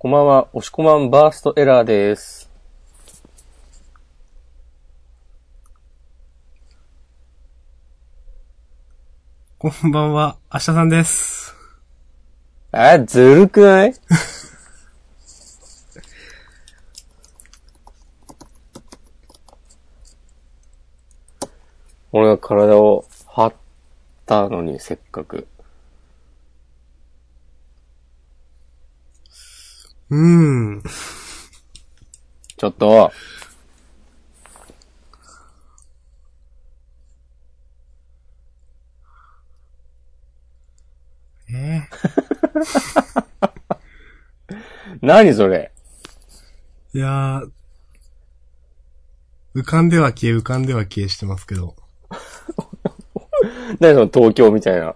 こんばんは、押し込まんバーストエラーです。こんばんは、明日さんです。あ、ずるくない 俺が体を張ったのに、せっかく。うーん。ちょっと、え何それーいやー、浮かんでは消え、浮かんでは消えしてますけど。何その東京みたいな。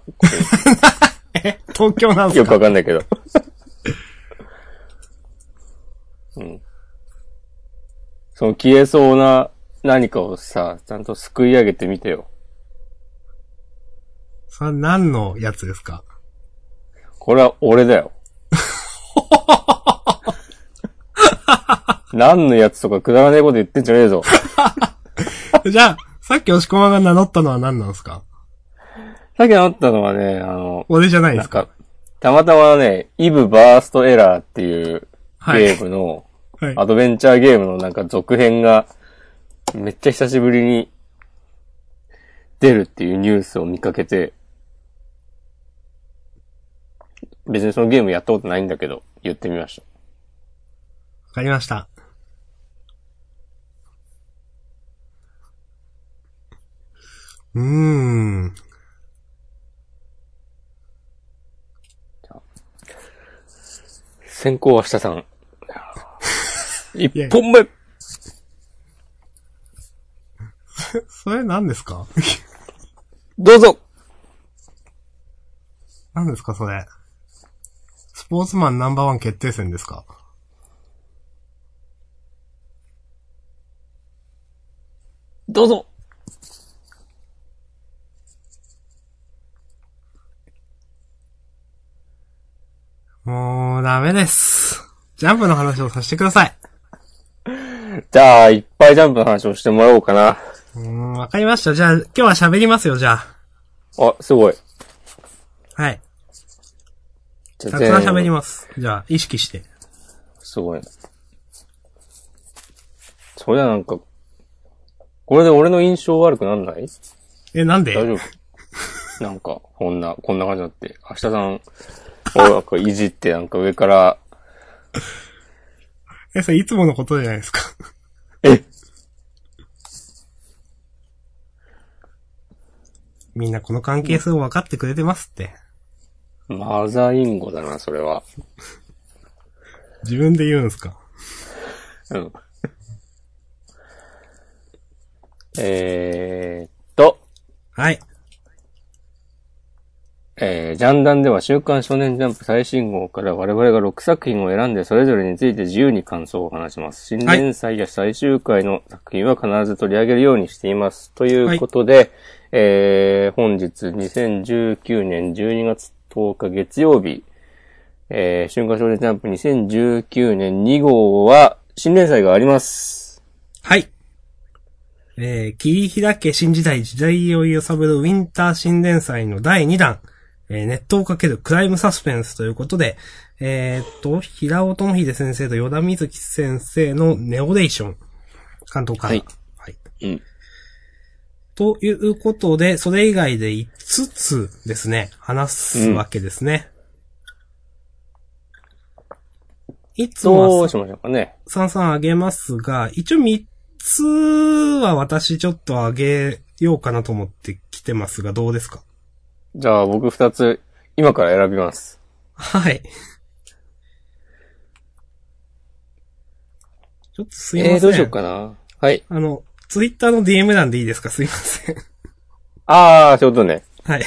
え東京なんすよくかわかんないけど。 うん。その消えそうな何かをさ、ちゃんとすくい上げてみてよ。それは何のやつですかこれは俺だ よ。何のやつとかくだらねえこと言ってんじゃねえぞ。じゃあ、さっき押し込まが名乗ったのは何なんすかさっきあったのはね、あの、俺じゃないでなんすかか、たまたまね、イブバーストエラーっていうはいゲームの、はい。アドベンチャーゲームのなんか続編が、めっちゃ久しぶりに出るっていうニュースを見かけて、別にそのゲームやったことないんだけど、言ってみました。わかりました。うーん。先行は下さん。一や本目それ何ですか どうぞ何ですかそれ。スポーツマンナンバーワン決定戦ですかどうぞもう、ダメです。ジャンプの話をさせてください。じゃあ、いっぱいジャンプの話をしてもらおうかな。うーん、わかりました。じゃあ、今日は喋りますよ、じゃあ。あ、すごい。はい。じゃたあくさん全喋り員ます。じゃあ、意識して。すごい。そりゃなんか、これで俺の印象悪くなんないえ、なんで大丈夫 なんか、こんな、こんな感じになって、明日さんをなんかいじって、なんか上から、え、それいつものことじゃないですか。 えみんなこの関係性を分かってくれてますって。マザインゴだな、それは。自分で言うんすか。うん。えーっと、はい。えー、ジャンダンでは週刊少年ジャンプ最新号から我々が6作品を選んでそれぞれについて自由に感想を話します。新連載や最終回の作品は必ず取り上げるようにしています。ということで、えー、本日2019年12月10日月曜日、えー、週刊少年ジャンプ2019年2号は新連載があります。はい。えー、切り開け新時代時代を揺さぶるウィンター新連載の第2弾、えー、ネットをかけるクライムサスペンスということで、えー、っと、平尾智秀先生と与田瑞希先生のネオレーション、関東から。はいはい。うん。ということで、それ以外で5つですね、話すわけですね。いつもどはうしましょうかね。三々あげますが、一応3つは私ちょっとあげようかなと思って来てますが、どうですかじゃあ僕2つ今から選びます。はい。ちょっとすいません。えー、どうしようかな。はい。あの、ツイッターの DM なんでいいですかすいま せん。ああ、そういうことね。はい。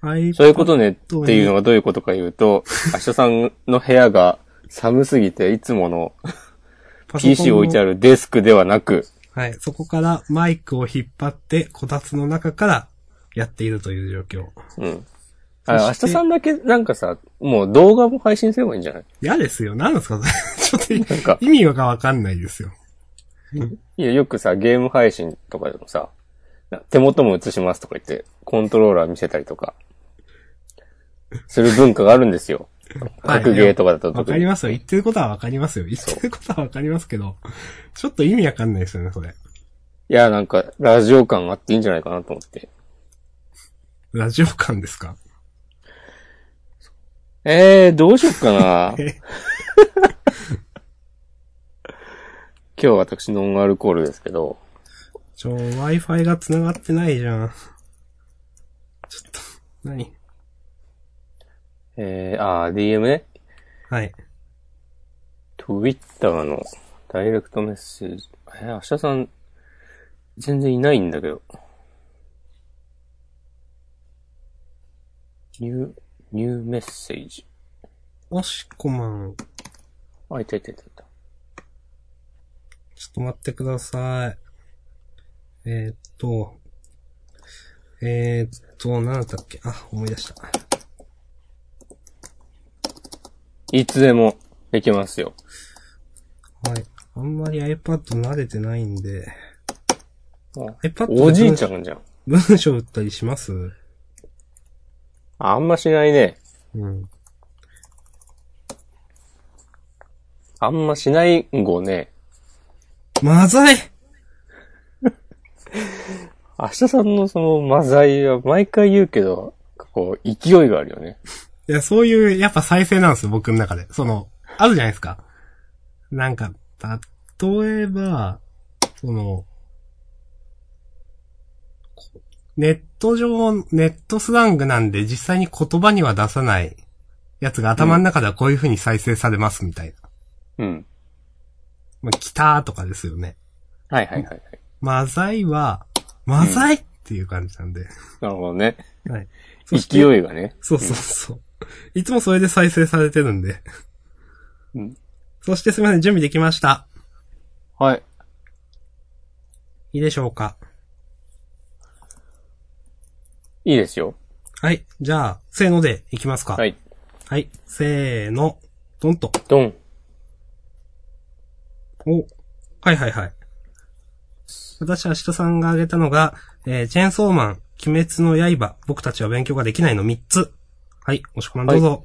はい。そういうことねっていうのがどういうことか言う と、明日さんの部屋が寒すぎて、いつものパソコンの PC を置いてあるデスクではなく、はい。そこからマイクを引っ張って、こたつの中からやっているという状況。うん。あ、明そして日さんだけなんかさ、もう動画も配信すればいいんじゃない嫌ですよ。何ですか それちょっなんかと、意味がわかんないですよ。いや、よくさ、ゲーム配信とかでもさ、な手元も映しますとか言って、コントローラー見せたりとか、する文化があるんですよ。 はい格ゲーとかだとわ特かに。りいますよ。言ってることはわかりますよ。言ってることはわかりますけど、ちょっと意味わかんないですよね、それ。や、なんか、ラジオ感あっていいんじゃないかなと思って。ラジオ感ですかえー、どうしよっか な今え日私ノンアルコールですけど、ちょ、Wi-Fi が繋がってないじゃん。ちょっと、何えー、あー、DM ね。はい。 Twitter のダイレクトメッセージ。えー、明日さん、全然いないんだけど。ニュー、ニューメッセージ。おしこまん、あ、いたいたいたいた。ちょっと待ってください。えー、っと、えー、っと、何だったっけあ、思い出した。いつでもできますよ。はい。あんまり iPad 慣れてないんで、あ iPad おじいちゃんじゃん。文章打ったりしますあんましないね。うん。あんましないんごね。まざい明日さんのそのマザイは毎回言うけど、こう、勢いがあるよね。いや、そういう、やっぱ再生なんですよ、僕の中で。その、あるじゃないですか。なんか、例えば、その、ネット上、ネットスラングなんで実際に言葉には出さないやつが頭の中ではこういう風に再生されますみたいな。うん。まあ、来たーとかですよね。はいはいはいはい。マザイは、マザイっていう感じなんで。なるほどね。はい。そして勢いがね。そうそうそう。いつもそれで再生されてるんで。うんそしてすみません、準備できました。はい。いいでしょうか。いいですよ。はい。じゃあ、せーのでいきますか。。はいい。はい。せーの。ドンと。ドン。お。はいはいはい。私、明日さんが挙げたのが、えー、チェーンソーマン、鬼滅の刃、僕たちは勉強ができないの3つ。はい。おしこまんどうぞ。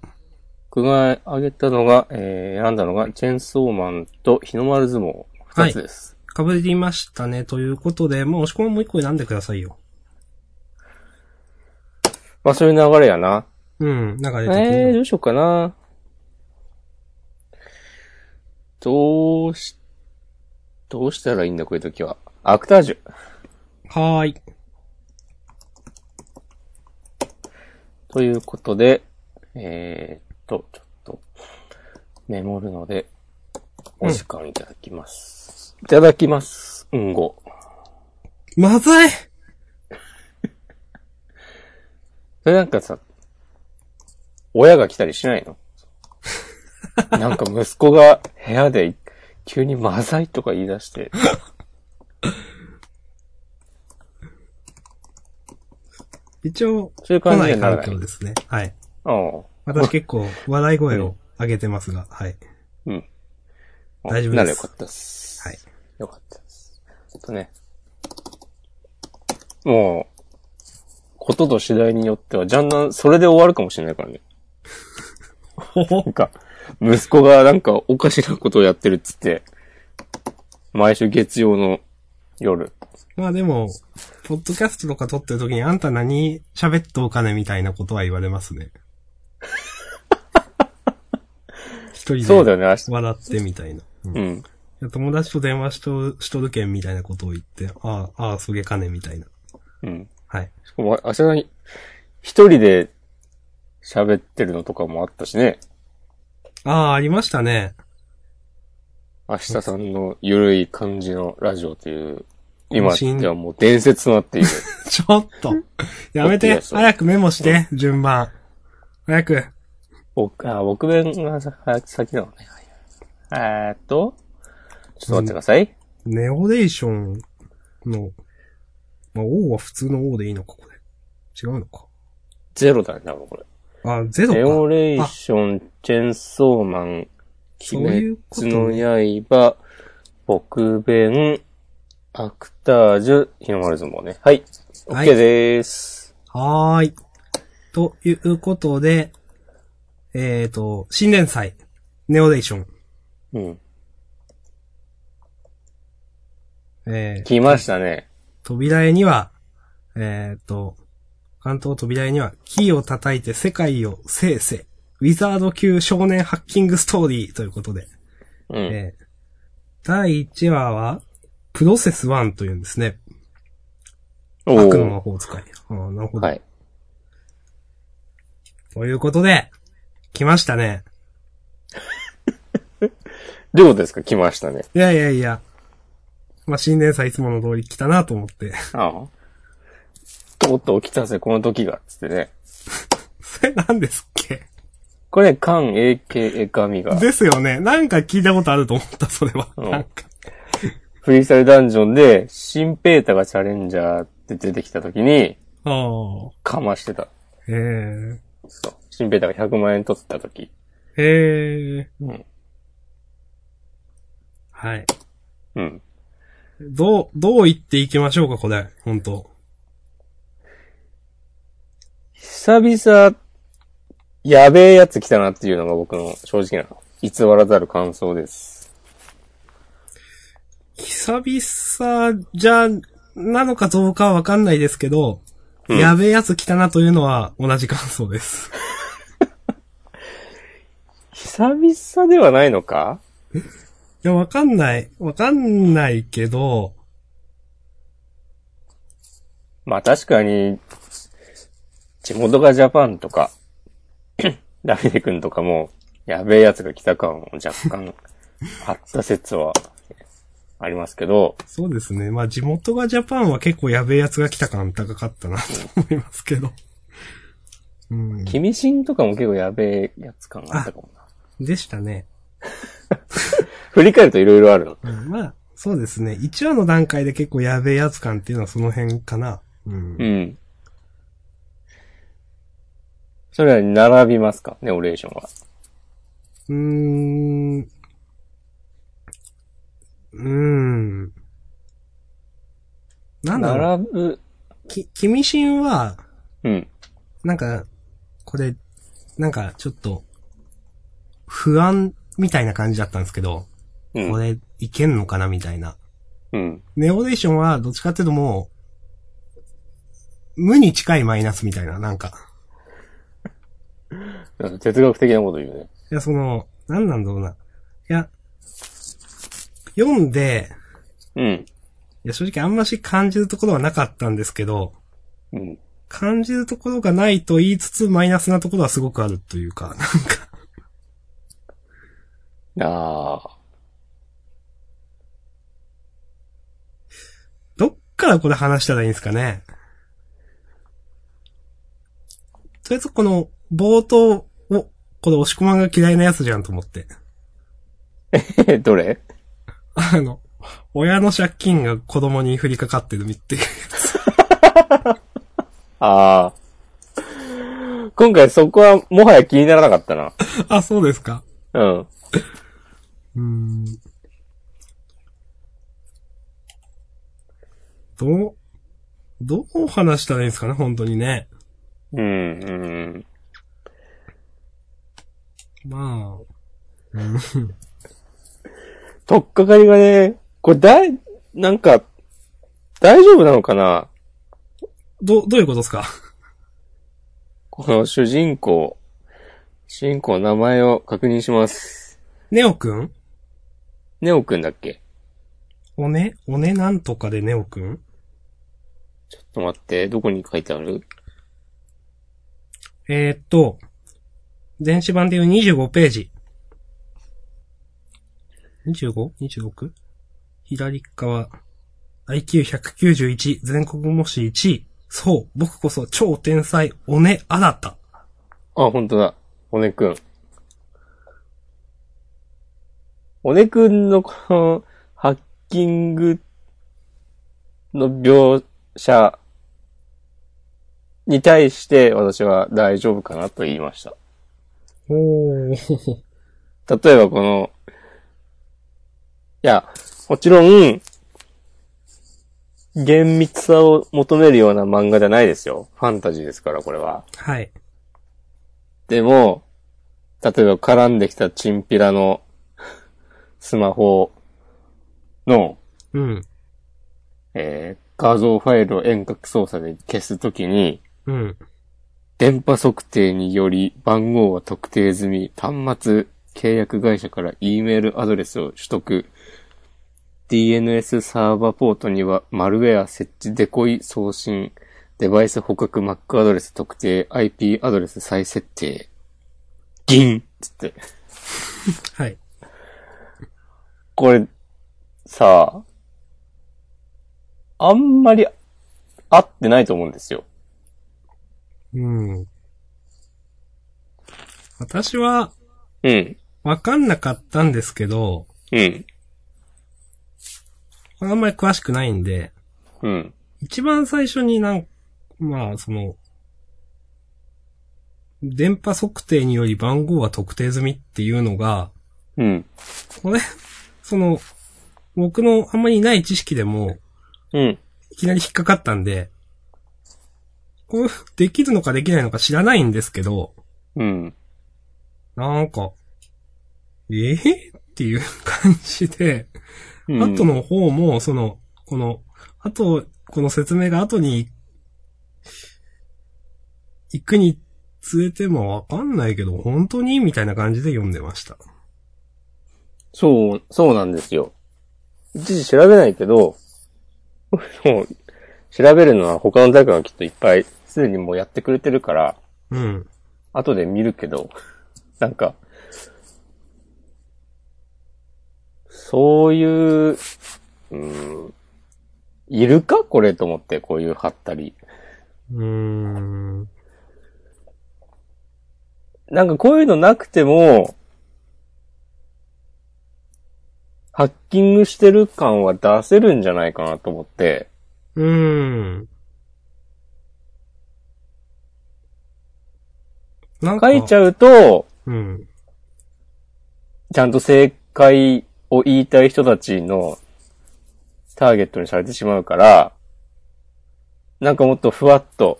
僕が挙げたのが、えー、選んだのが、チェンソーマンと日の丸相撲。二つです。かぶりましたね。ということで、まあ、おしこまんもう一個選んでくださいよ。まあそういう流れやな。うん。流れ的に。えー、どうしようかな。どうし、どうしたらいいんだ、こういう時は。アクタージュ。はーい。ということで、えー、っと、ちょっと、メモるので、お時間いただきます。いただきます。うんご。まざいそれなんかさ、親が来たりし ないのなんか息子が部屋で急にマザイとか言い出して、一応、そういう来感じなにはいなら環ない。境ですね。はい。うん。私結構、笑い声を上げてますが、はい。うん。大丈夫ですならよかったっす。はい。よかったです。ちょっとね。もう、ことと次第によっては、ジャンダン、それで終わるかもしれないからね。ほなほんか、息子がなんかおかしなことをやってるっつって、毎週月曜の夜。まあでも、ポッドキャストとか撮ってる時にあんた何喋っとお金みたいなことは言われます ね。一そう人だでよね、明日。笑ってみたいな。うんうん。友達と電話しとしとるけんみたいなことを言って、ああ、ああ、そげかねみたいな。うん。はい。しかも、明日さん一人で喋ってるのとかもあったしね。ああ、ありましたね。 明日さんのゆるい感じのラジオという、今渾身ではもう伝説となっている。 ちょっと。やめいて。やそう早くメモして、順番。早く。僕、あ、僕弁がさは先なのね。はいえーっと、ちょっと待ってください。ネオレーションの、まあ、王は普通の王でいいのか、これ。違うのか。ゼロだね、多分これ。あ、ゼロか。レオレーション、チェンソーマン、そうい鬼うこと滅の刃、僕弁、アクタージュ、日の丸相撲ね。はい。はい OK でーす。はーい。ということで、えっ、と、新連載、ネオレーション。うん。えー、来ましたね。扉絵には、えっ、と、関東扉絵には、キーを叩いて世界を制せ、ウィザード級少年ハッキングストーリーということで、うん。えー第1話は、プロセス1というんですね。お悪の魔ー法使い。あーなるほど。はい。ということで、来ましたね。どうですか来ましたね。いやいやいや。まあ、新年祭いつもの通り来たなと思って。 ああ。とうとう来たぜ、この時が。つってね。それ何ですっけこれ、カン AKA 神が、ですよね。なんか聞いたことあると思った、それは。うんなんか。フリースタイルダンジョンで、シンペータがチャレンジャーって出てきた時に、ああ。かましてた。へえ。そう。シンペータが100万円取った時。へえ。うん。はい。うん。どう、どう言っていきましょうか、これ。本当久々、やべえやつ来たなっていうのが僕の正直な、偽らざる感想です。久々じゃ、なのかどうかはわかんないですけど、うんやべえやつ来たなというのは同じ感想です。久々ではないのかいや、わかんない。わかんないけど、まあ確かに、地元がジャパンとか、 ダビデ君とかも、やべえやつが来た感を若干、あった説は、ありますけど、そうですね。まあ地元がジャパンは結構やべえやつが来た感高かったなと思いますけど。うん。君シンとかも結構やべえやつ感があったかもな。でしたね。振り返ると色々あるの。うん、まあ、そうですね。1話の段階で結構やべえやつ感っていうのはその辺かな。うん。うん。それらに並びますかね、オレーションは。うーん。うーん。なんだろう。並ぶ。き、君心は、うん。なんか、これ、なんかちょっと、不安みたいな感じだったんですけど、うこん。れ、いけんのかなみたいな。うん。ネオレーションは、どっちかっていうともう、無に近いマイナスみたいな、なんか。なんか哲学的なこと言うね。いや、その、なんなんだろうな。いや、読んで、うん。いや、正直あんまし感じるところはなかったんですけど、うん。感じるところがないと言いつつ、マイナスなところはすごくあるというか、なんか、ああ。どっからこれ話したらいいんですかね。とりあえずこの、冒頭を、これ押し込まんが嫌いなやつじゃんと思って。 え、どれあの、親の借金が子供に降りかかってるみっていう。ああ。今回そこはもはや気にならなかったな。 あ、そうですか。うん。うーん。どう、どう話したらいいんですかね、本当にね。うん、うん。まあ。とっかかりがね、これだい、なんか、大丈夫なのかなど、どういうことですか この主人公、主人公の名前を確認します。ネオくんネオくんだっけおねおねなんとかでネオくんちょっと待って、どこに書いてあるえー、っと、電子版でいう25ページ。25?26? 左側。IQ191、全国模試1位。そう、僕こそ超天才、おねあらた。あ、ほんとだ。おねくん。おねくんのこの、ハッキングの描写、に対して私は大丈夫かなと言いました。おー。例えばこの、いや、もちろん、厳密さを求めるような漫画じゃないですよ。ファンタジーですから、これは。はい。でも、例えば絡んできたチンピラの スマホの、うん。えー画像ファイルを遠隔操作で消すときに、うん。電波測定により番号は特定済み、端末契約会社から E メールアドレスを取得。DNS サーバーポートにはマルウェア設置デコイ送信、デバイス捕獲 Mac アドレス特定、IP アドレス再設定。銀つって。はい。これ、さあ、あんまり合ってないと思うんですよ。うん。私は、うん。わかんなかったんですけど、うん。あんまり詳しくないんで、うん。一番最初になん、まあ、その、電波測定により番号は特定済みっていうのが、うん。これ、その、僕のあんまりない知識でも、うん。いきなり引っかかったんで、こう、できるのかできないのか知らないんですけど、うん。なんか、えー、っていう感じで、うん後の方も、その、この、後、この説明が後に、行くにつれてもわかんないけど、本当にみたいな感じで読んでました。そう、そうなんですよ。一時調べないけど、 もう、調べるのは他の誰かがきっといっぱい、すでにもうやってくれてるから、うん。後で見るけど、 なんか、そういう、うん、いるかこれと思って、こういう貼ったり。うーん。なんかこういうのなくても、ハッキングしてる感は出せるんじゃないかなと思って、うーん。なん書いちゃゃうと、う。うん。ちゃんと正解を言いたい人たちのターゲットにされてしまうから、なんかもっとふわっと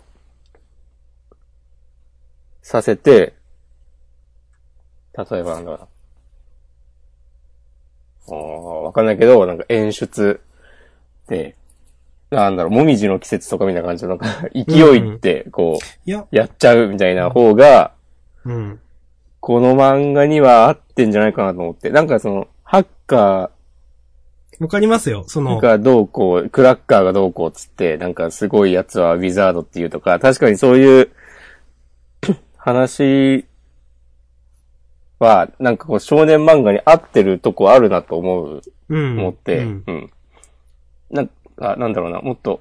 させて、例えばなんだろうな。あーわかんないけど、なんか演出で、なんだろう、もみじの季節とかみたいな感じで、なんか勢いって、こいや、う、やっちゃうみたいな方が、うん。この漫画には合ってんじゃないかなと思って。なんかその、ハッカわかりますよ。そーの、がどうこう、クラッカーがどうこうっつって、なんかすごいやつはウィザードっていうとか、確かにそういう 話は、なんかこう少年漫画に合ってるとこあるなと思う、うん。思って、ううんん。。なんか、なんだろうな、もっと、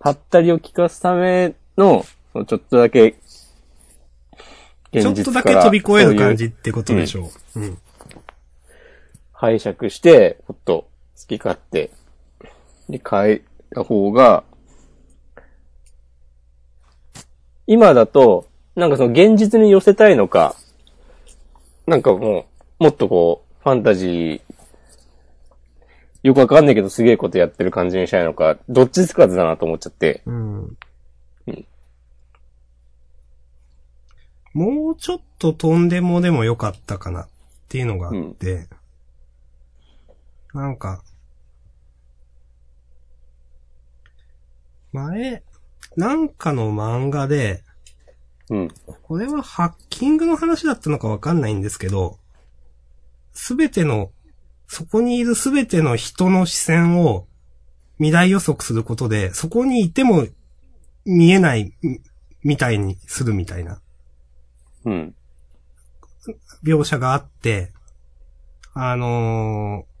はったりを聞かすための、そのちょっとだけ、ちょっとだけ飛び越える感じってことでしょう。うん。拝借して、ちょっと好き勝手に変えた方が、今だと、なんかその現実に寄せたいのか、なんかもう、もっとこう、ファンタジー、よくわかんないけどすげえことやってる感じにしたいのか、どっちつかずだなと思っちゃって。うんうんもうちょっと飛んでもでもよかったかなっていうのがあって、なんか、前、なんかの漫画で、うん。これはハッキングの話だったのかわかんないんですけど、すべての、そこにいるすべての人の視線を未来予測することで、そこにいても見えないみみたいにするみたいなうん。描写があって、あのー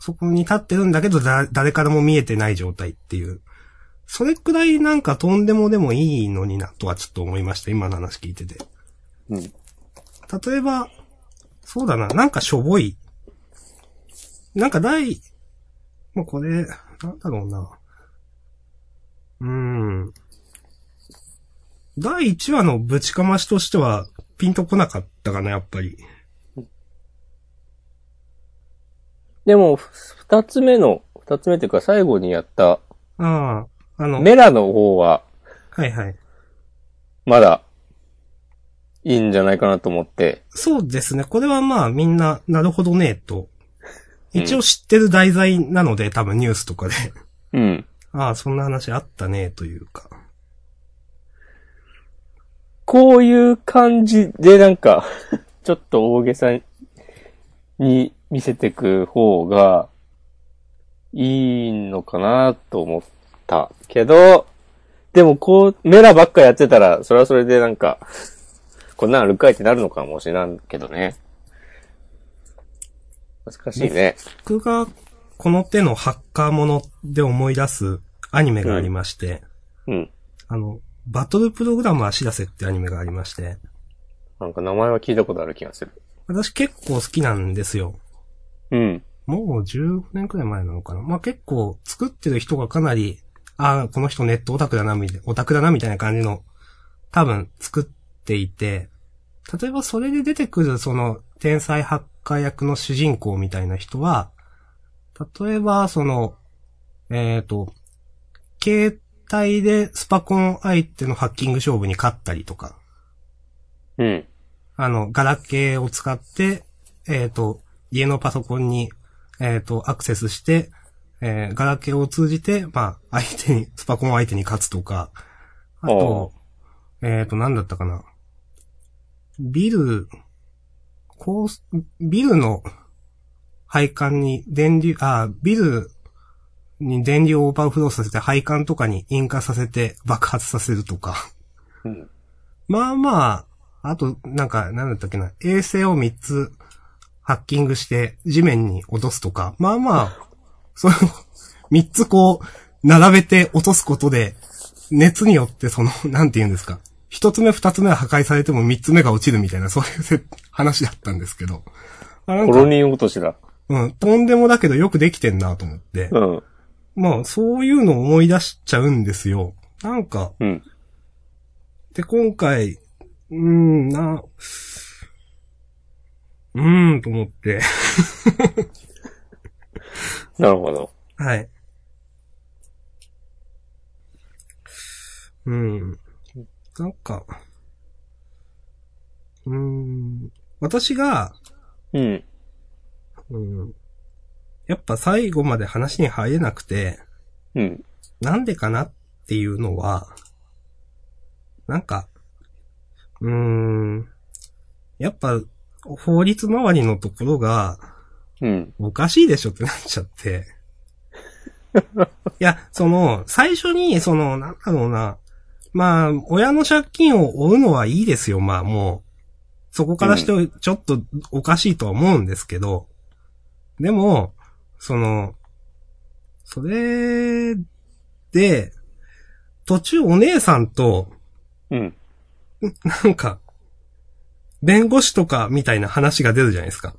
そこに立ってるんだけどだ、誰からも見えてない状態っていう。それくらいなんかとんでもでもいいのになとはちょっと思いました。今の話聞いてて。うん。例えば、そうだな、なんかしょぼい。なんか第、まあ、これ、なんだろうな。うーん。第1話のぶちかましとしては、ピンとこなかったかな、やっぱり。でも、二つ目の、二つ目っていうか最後にやった、ああ、あの、メラの方は、はいはい。まだ、いいんじゃないかなと思って、そうですね。これはまあみんな、なるほどね、と。一応知ってる題材なので、多分ニュースとかで。うん。ああ、そんな話あったね、というか。こういう感じでなん か、ちょっと大げさに見せてく方が、いいのかなと思ったけど、でもこう、メラばっかやってたら、それはそれでなんか、こんなんあるかいってなるのかもしれんけどね。難しいね。僕が、この手のハッカーもので思い出すアニメがありまして、うん。あの、バトルプログラム足出せってアニメがありまして、なんか名前は聞いたことある気がする。私結構好きなんですよ。うん。もう10年くらい前なのかな。まあ、結構作ってる人がかなり、ああ、この人ネットオタクだな、みたいな、オタクだな、みたいな感じの、多分作っていて、例えばそれで出てくるその天才ハッカー役の主人公みたいな人は、例えばその、えっ、と、携帯でスパコン相手のハッキング勝負に勝ったりとか、うん。あの、ガラケーを使って、えっ、と、家のパソコンに、えっ、と、アクセスして、えーガラケーを通じて、まあ、相手に、スパコン相手に勝つとか、あと、えっ、と、なんだったかな。ビル、こうす、ビルの配管に電流、あ、ビルに電流をオーバーフローさせて配管とかに引火させて爆発させるとか。うん。まあまあ、あと、なんか、なんだったっけな、衛星を3つハッキングして地面に落とすとか、まあまあ、その、3つこう、並べて落とすことで、熱によってその、なんて言うんですか、1つ目2つ目は破壊されても3つ目が落ちるみたいな、そういうせ話だったんですけど。あなんコかロニー落としだ。うん、とんでもだけどよくできてんなと思ってう。ん。まあ、そういうのを思い出しちゃうんですよ。なんか、うん。で、今回、うーん、な、うーん、と思って。 なるほど。はい。うん。なんか、うーん、私が、うん。うん、やっぱ最後まで話に入れなくて、うん。なんでかなっていうのは、なんか、うーん、やっぱ、法律周りのところが、うん。おかしいでしょってなっちゃって。いや、その、最初に、その、なんだろうな。まあ、親の借金を負うのはいいですよ、まあもう。そこからして、ちょっとおかしいとは思うんですけど。でも、その、それで、途中お姉さんと、うん。なんか、弁護士とかみたいな話が出るじゃないですか。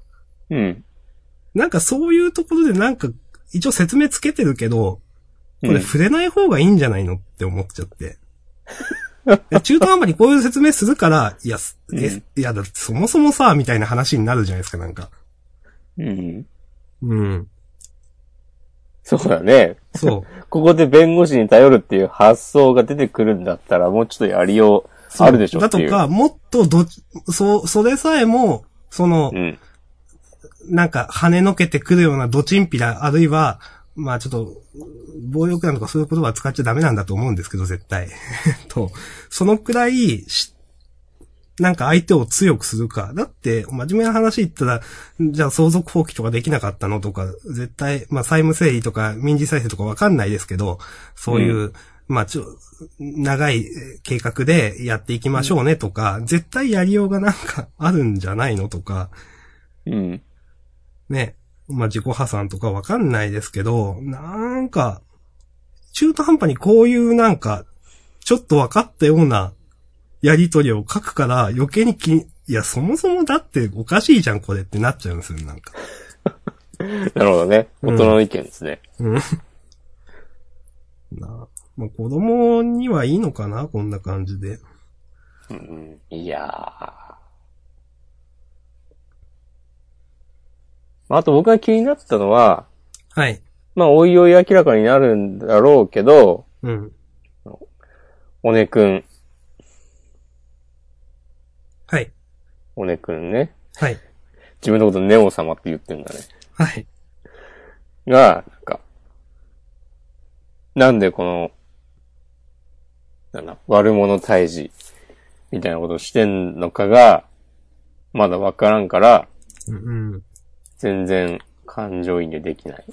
うん。なんかそういうところでなんか、一応説明つけてるけど、こうれん触れない方がいいんじゃないのって思っちゃって。 で中途半端にこういう説明するから、いや、すえうんいやだ、そもそもさ、みたいな話になるじゃないですか、なんか。うん。うん。そうだね。そう。ここで弁護士に頼るっていう発想が出てくるんだったら、もうちょっとやりようそ うあるでしょだってという。か、もっとどっち、そう、それさえも、その、うん。なんか、跳ねのけてくるようなドチンピラ、あるいは、まあちょっと、暴力団とかそういう言葉は使っちゃダメなんだと思うんですけど、絶対。 えっと、そのくらいし、なんか相手を強くするか。だって、真面目な話言ったら、じゃあ相続放棄とかできなかったのとか、絶対、まあ債務整理とか民事再生とかわかんないですけど、そういう、まあちょ、長い計画でやっていきましょうねとか、絶対やりようがなんかあるんじゃないのとか、うん。ね、まあ、自己破産とかわかんないですけど、なんか、中途半端にこういうなんか、ちょっと分かったようなやりとりを書くから余計に気に、いや、そもそもだっておかしいじゃん、これってなっちゃうんですよ、なんか。なるほどね。うん大人の意見ですね。うん。なあ。まあ、子供にはいいのかな、こんな感じで。うんいやー。まあ、あと僕が気になったのは、はい。まあ、おいおい明らかになるんだろうけど、うん。おねくん、はい。おねくんね。はい。自分のことネオ様って言ってんだね。はい。が、なんか、なんでこの、なんだ、悪者退治、みたいなことをしてんのかが、まだわからんから、うんうん。うん全然感情移入できない。。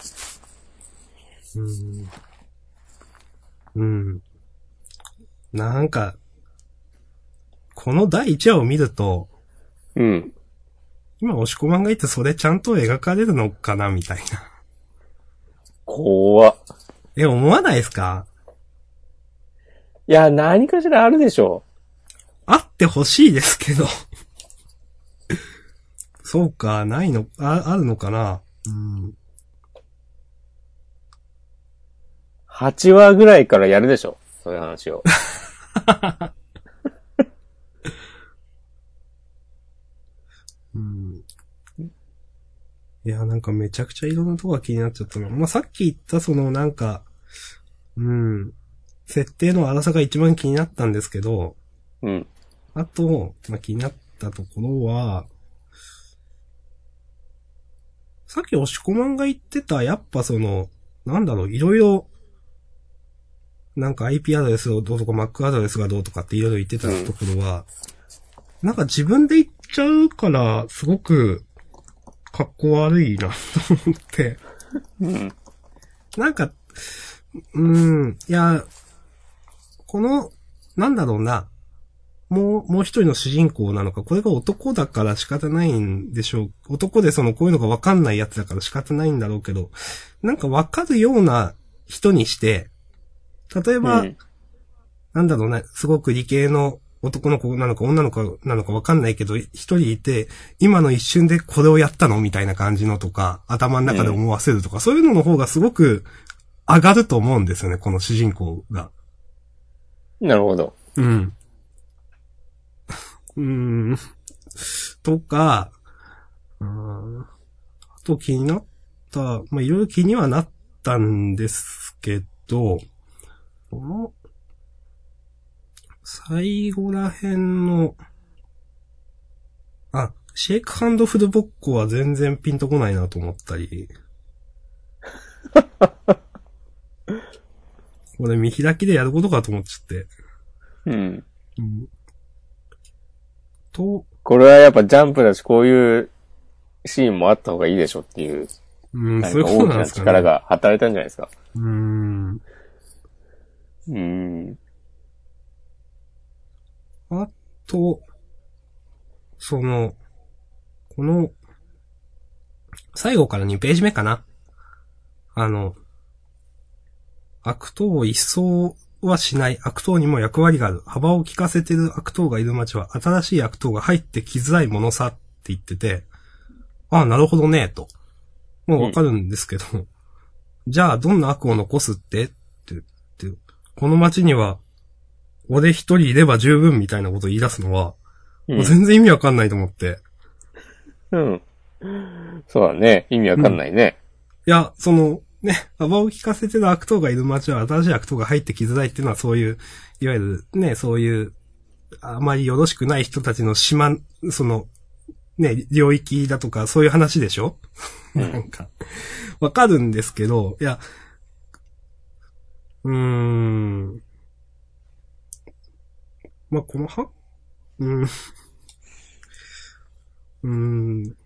うん。なんか、この第1話を見ると、うん。今、押し込まんが言ってそれちゃんと描かれるのかな みたいな。怖っえ、思わないですかいや、何かしらあるでしょあってほしいですけど。 そうか、ないの、あ、あるのかなうん。う。8話ぐらいからやるでしょそういう話を。うん。いや、なんかめちゃくちゃいろんなとこが気になっちゃったな。まあ、さっき言ったそのなんか、うん。設定の荒さが一番気になったんですけど、 うん。あと、まあ、気になったところは、さっき押し込まんが言ってた、やっぱその、なんだろう、いろいろ、なんか IP アドレスをどうとか Mac アドレスがどうとかっていろいろ言ってたところは、なんか自分で言っちゃうから、すごく、格好悪いな、と思って。うん。なんか、うーん、いや、この、なんだろうな、もう、もう一人の主人公なのか、これが男だから仕方ないんでしょう。男でその、こういうのがわかんないやつだから仕方ないんだろうけど、なんかわかるような人にして、例えば、うんなんだろうな、すごく理系の男の子なのか女の子なのかわかんないけど、一人いて、今の一瞬でこれをやったのみたいな感じのとか、頭の中で思わせるとか、そういうのの方がすごく上がると思うんですよね、この主人公が。なるほど。うん。 うん。とか、うんあと気になった、まあ、いろいろ気にはなったんですけど、この、最後ら辺の、あ、シェイクハンドフルボッコは全然ピンとこないなと思ったり。 これ見開きでやることかと思っちゃって。うん。うんと、これはやっぱジャンプだし、こういうシーンもあった方がいいでしょっていう、うん、なんそういかう大きことなんでなすかね。力が働いたんじゃないですか。うーん。うん。あと、その、この、最後から2ページ目かな。あの、悪党を一掃はしない。悪党にも役割がある。幅を利かせてる悪党がいる街は、新しい悪党が入ってきづらいものさって言ってて、ああ、なるほどね、と。もうわかるんですけど、じゃあどんな悪を残すってって言って、この街には、俺一人いれば十分みたいなことを言い出すのは、う。もうん全然意味わかんないと思って。うん、そうだね。意味わかんないね。いや、その、ね、幅を利かせてる悪党がいる街は新しい悪党が入ってきづらいっていうのはそういう、いわゆるね、そういう、あまりよろしくない人たちの島、その、ね、領域だとかそういう話でしょ、うんなんか、わかるんですけど、いや、うーん。まあ、このは、うん。うーん。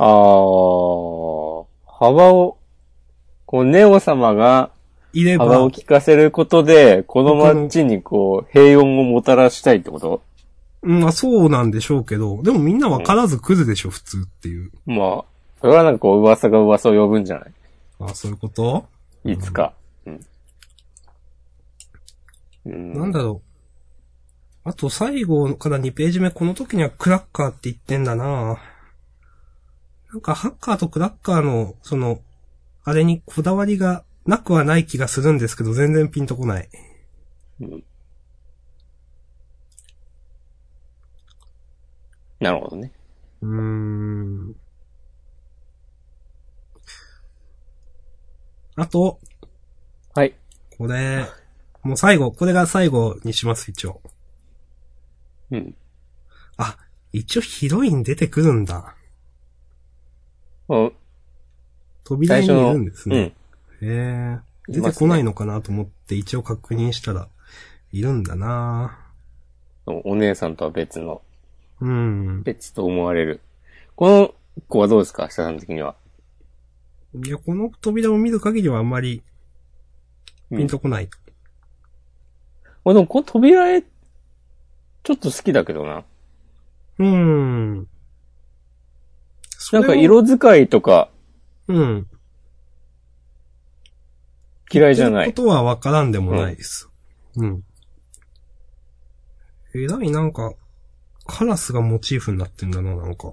あー、幅を、こう、ネオ様がいれば、幅を利かせることで、この街にこう、平穏をもたらしたいってことうん、まあそうなんでしょうけど、でもみんなわからず来るでしょ、普通っていう。まあ、それはなんかこう、噂が噂を呼ぶんじゃなあそういうこといいつか。うん。うんなんだろう。あと最後から2ページ目、この時にはクラッカーって言ってんだななんかハッカーとクラッカーの、その、あれにこだわりがなくはない気がするんですけど、全然ピンとこない。うんなるほどね。うーん。あと、はい。これ、もう最後、これが最後にします、一応。うん。あ、一応ヒロイン出てくるんだ。あ扉最にい初の、るうんですね。ん。へえ。い出まてすねこないのかなと思って一応確認したら、いるんだなお姉さんとは別の、うん。別と思われる。この子はどうですか明日さん的には。いや、この扉を見る限りはあんまりピンとこない。俺でもこの扉絵、ちょっと好きだけどな。うん。そなれんはか、色使いとかうん。嫌いじゃないっ。てことはわからんでもないです。うん。えらいなんか、カラスがモチーフになってんだな、なんか。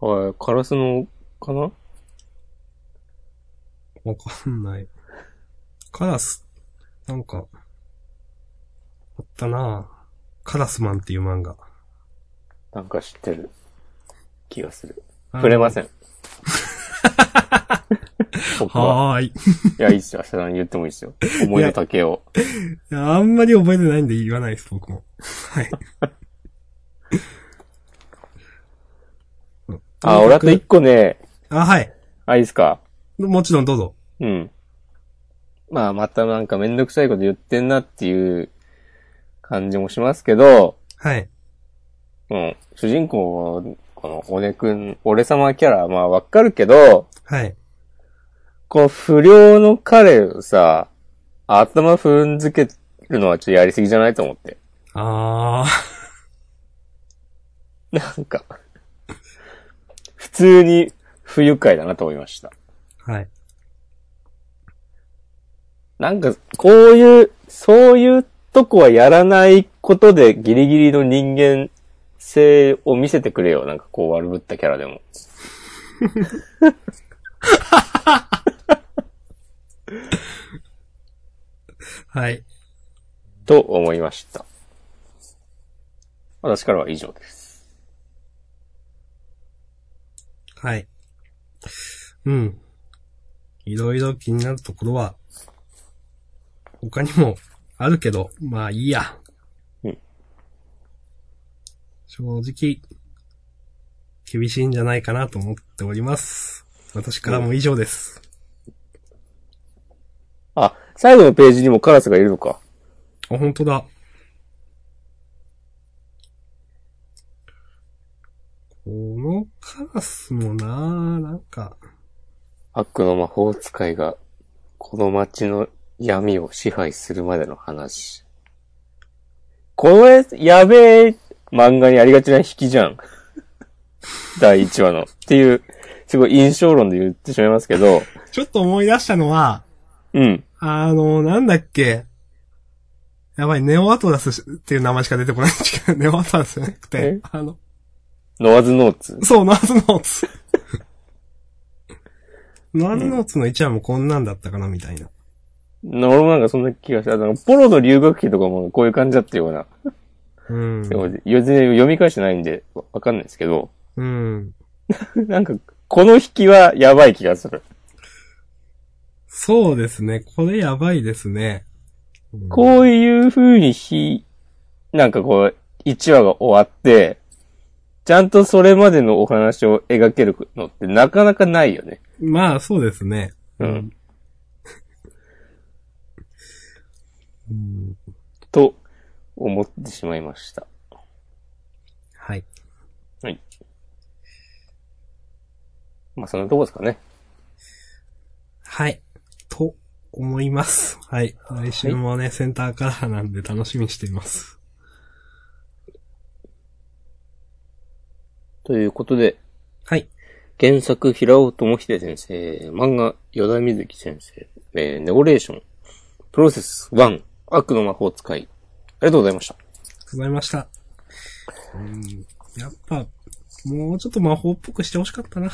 はい、カラスの、かなわかんない。カラス、なんか、あったなぁカラスマンっていう漫画。なんか知ってる気がする。あの触れません。僕は。はーい。いや、いいっすよ。明日さん言ってもいいっすよ。思いの丈を。いやあんまり覚えてないんで言わないです、僕も。はい。 あ、俺あと一個ね、あ、はい。あ、いいっすか。もちろんどうぞ。うん。まあ、またなんかめんどくさいこと言ってんなっていう感じもしますけど、はい。うん。主人公は、この、おねくん、俺様キャラ、まあわかるけど、はい。この不良の彼をさ、頭踏んづけるのはちょっとやりすぎじゃないと思って。あなんか、普通に不愉快だなと思いました。ー。はい。なんか、こういう、そういうとこはやらないことでギリギリの人間性を見せてくれよ。なんかこう悪ぶったキャラでも。はい。と思いました。私からは以上です。はい。うん。いろいろ気になるところは、他にもあるけど、まあいいや。うん正直、厳しいんじゃないかなと思っております。私からも以上です。あ、最後のページにもカラスがいるのか。あ、本当だ。このカラスもなぁ、なんか、悪の魔法使いが、この街の闇を支配するまでの話。これ、やべえ漫画にありがちな引きじゃん。 第1話の。っていう、すごい印象論で言ってしまいますけど、ちょっと思い出したのは、うん。あの、なんだっけ。やばい、ネオアトラスっていう名前しか出てこないんですけど、 ネオアトラスじゃなくてえ、あの、ノアズノーツ。そう、ノアズノーツ。 ノアズノーツの一話もこんなんだったかな、みたいな。俺もなんかそんな気がした。なんかポロの留学期とかもこういう感じだったような。うんで。も、全然読み返してないんで、わわかんないですけど、うん。なんか、この引きはやばい気がする。そうですね、これやばいですね。うんこういう風にひ、なんかこう、1話が終わって、ちゃんとそれまでのお話を描けるのってなかなかないよね。まあ、そうですね。うん。うん。と、思ってしまいました。はい。はい。まあ、そんなとこですかね。はい。と、思います。はい。来週もね、センターカラーなんで楽しみにしています。ということで、はい。原作、平尾智秀先生、漫画、与田瑞希先生、えー、ネゴレーション、プロセス1、悪の魔法使い。ありがとうございました。ありがとうございました。うん、やっぱ、もうちょっと魔法っぽくしてほしかったな。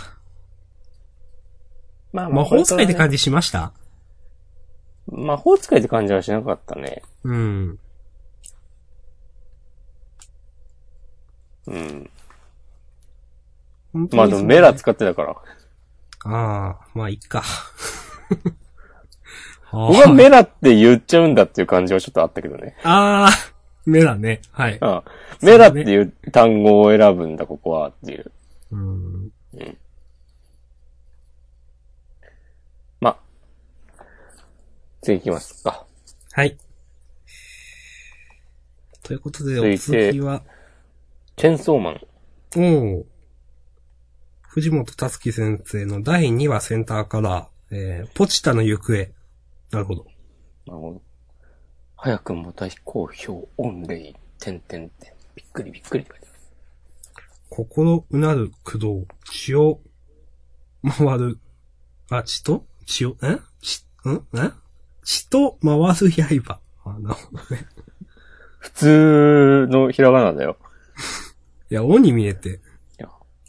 まあ魔法使いって感じしました魔法使いって感じはしなかったね。うん。うん。本当まあにでそものメラ使ってたから。ああ、まあ、いっか。あ僕はメラって言っちゃうんだっていう感じはちょっとあったけど ね。あー、目だね。はい。ああメラっていう単語を選ぶんだ、ここはっていう。うん。まあ。次行きますか。はい。ということで、続おいて次は、チェンソーマン。おお藤本たつき先生の第2話センターカラー、えー、ポチタの行方。なるほど。なるほど。早くも大好評、御礼、てんてんてん。びっくりびっくりって書いてある。心うなる駆動、血を回る、あ、血と血を、え血、んえ血と回る刃。あ、なるほどね。普通のひらがなだよ。いや、鬼見えて。いや、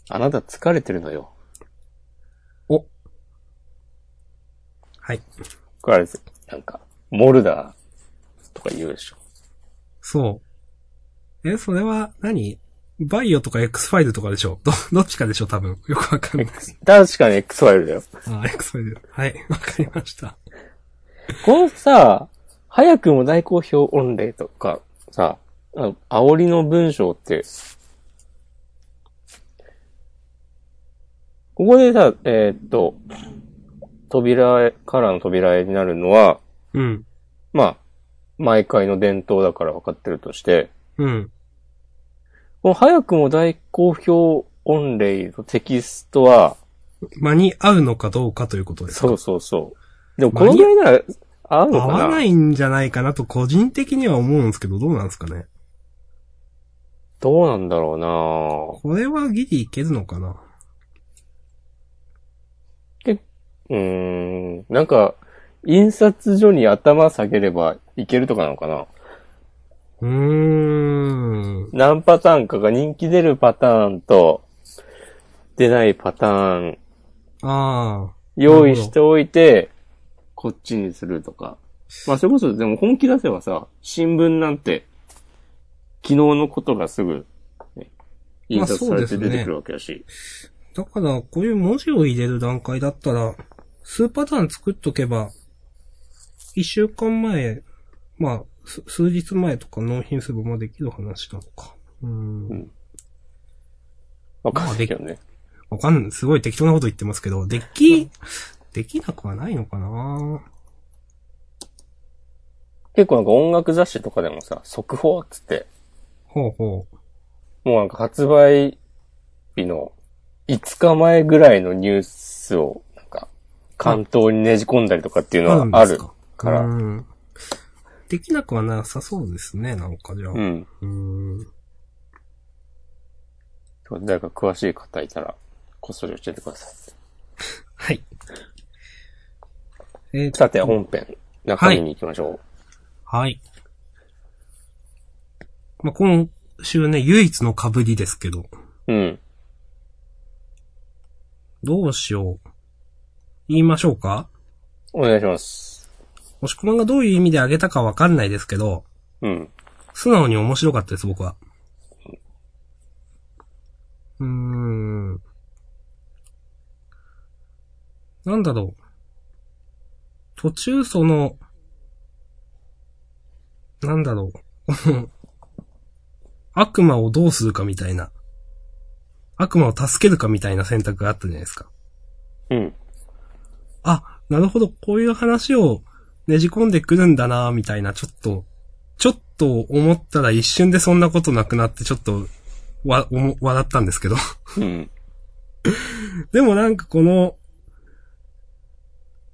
あなた疲れてるのよ。はい。これあれです。なんか、モルダーとか言うでしょ。そう。え、それは何、バイオとか X ファイルとかでしょど、どっちかでしょ多分。よくわかんない。確かに X ファイルだよ。あ、X ファイル。はい。 わかりました。このさ、早くも大好評御礼とかさ、あの煽りの文章って、ここでさ、えーっと、扉へ、からの扉絵になるのは、うん。まあ、毎回の伝統だから分かってるとして、うん。この早くも大好評御礼のテキストは、間に合うのかどうかということですかそうそうそう。でもこのぐらいなら合う合のかなわないんじゃないかなと個人的には思うんですけど、どうなんですかね。どうなんだろうなこれはギリいけるのかなうーん、なんか、印刷所に頭下げればいけるとかなのかなうーん。何パターンかが人気出るパターンと、出ないパターン、ああ。用意しておいて、こっちにするとか。まあ、それこそ、でも本気出せばさ、新聞なんて、昨日のことがすぐ、ね、印刷されて出てくるわけだし。だから、こういう文字を入れる段階だったら、数パターン作っとけば、一週間前、まあ、す数日前とか納品すればまあできる話なのか。うーうんん。わかんないけどね。わかんない。すごい適当なこと言ってますけど、でき、できなくはないのかな結構なんか音楽雑誌とかでもさ、速報っつって、ほうほう。もうなんか発売日の5日前ぐらいのニュースを、なんか、関東にねじ込んだりとかっていうのはあでるすかから。うん。できなくはなさそうですね、なんかじゃあ。うん。うん。誰か詳しい方いたら、こっそり教えてください。はい。えー、さて、本編、中身に行きましょはい。まあ、今週ね、唯一の被りですけど、う。うん。どうしよう。言いましょうかお願いします。もしこまんがどういう意味であげたかわかんないですけど、うん。素直に面白かったです、僕は。うーん。なんだろう。途中その、なんだろう。 悪魔をどうするかみたいな。悪魔を助けるかみたいな選択があったじゃないですか。うん。あ、なるほど、こういう話をねじ込んでくるんだなみたいな、ちょっと、ちょっと思ったら一瞬でそんなことなくなって、ちょっと、わ、おも笑ったんですけど。 うん。でもなんかこの、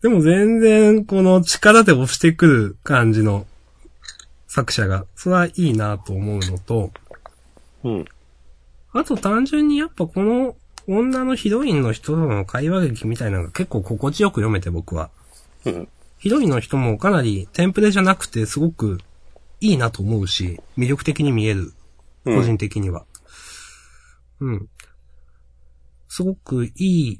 でも全然この力で押してくる感じの作者が、それはいいなと思うのと、うん。あと単純にやっぱこの女のヒロインの人との会話劇みたいなのが結構心地よく読めて僕は。うん。ヒロインの人もかなりテンプレじゃなくてすごくいいなと思うし、魅力的に見える。う個人ん。的には。うん。すごくいい、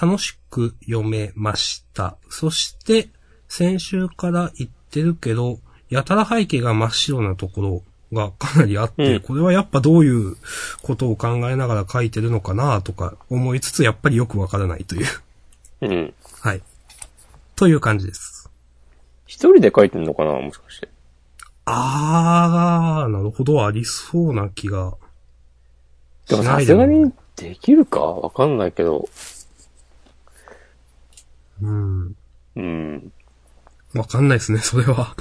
楽しく読めました。そして、先週から言ってるけど、やたら背景が真っ白なところ、がかなりあって、うんこれはやっぱどういうことを考えながら書いてるのかなとか思いつつ、やっぱりよくわからないという。うん。はい。という感じです。一人で書いてんのかなもしかして。あー、なるほど、ありそうな気が。でもしなさいすでもがにできるかわかんないけど。うん。うん。わかんないですね、 それは。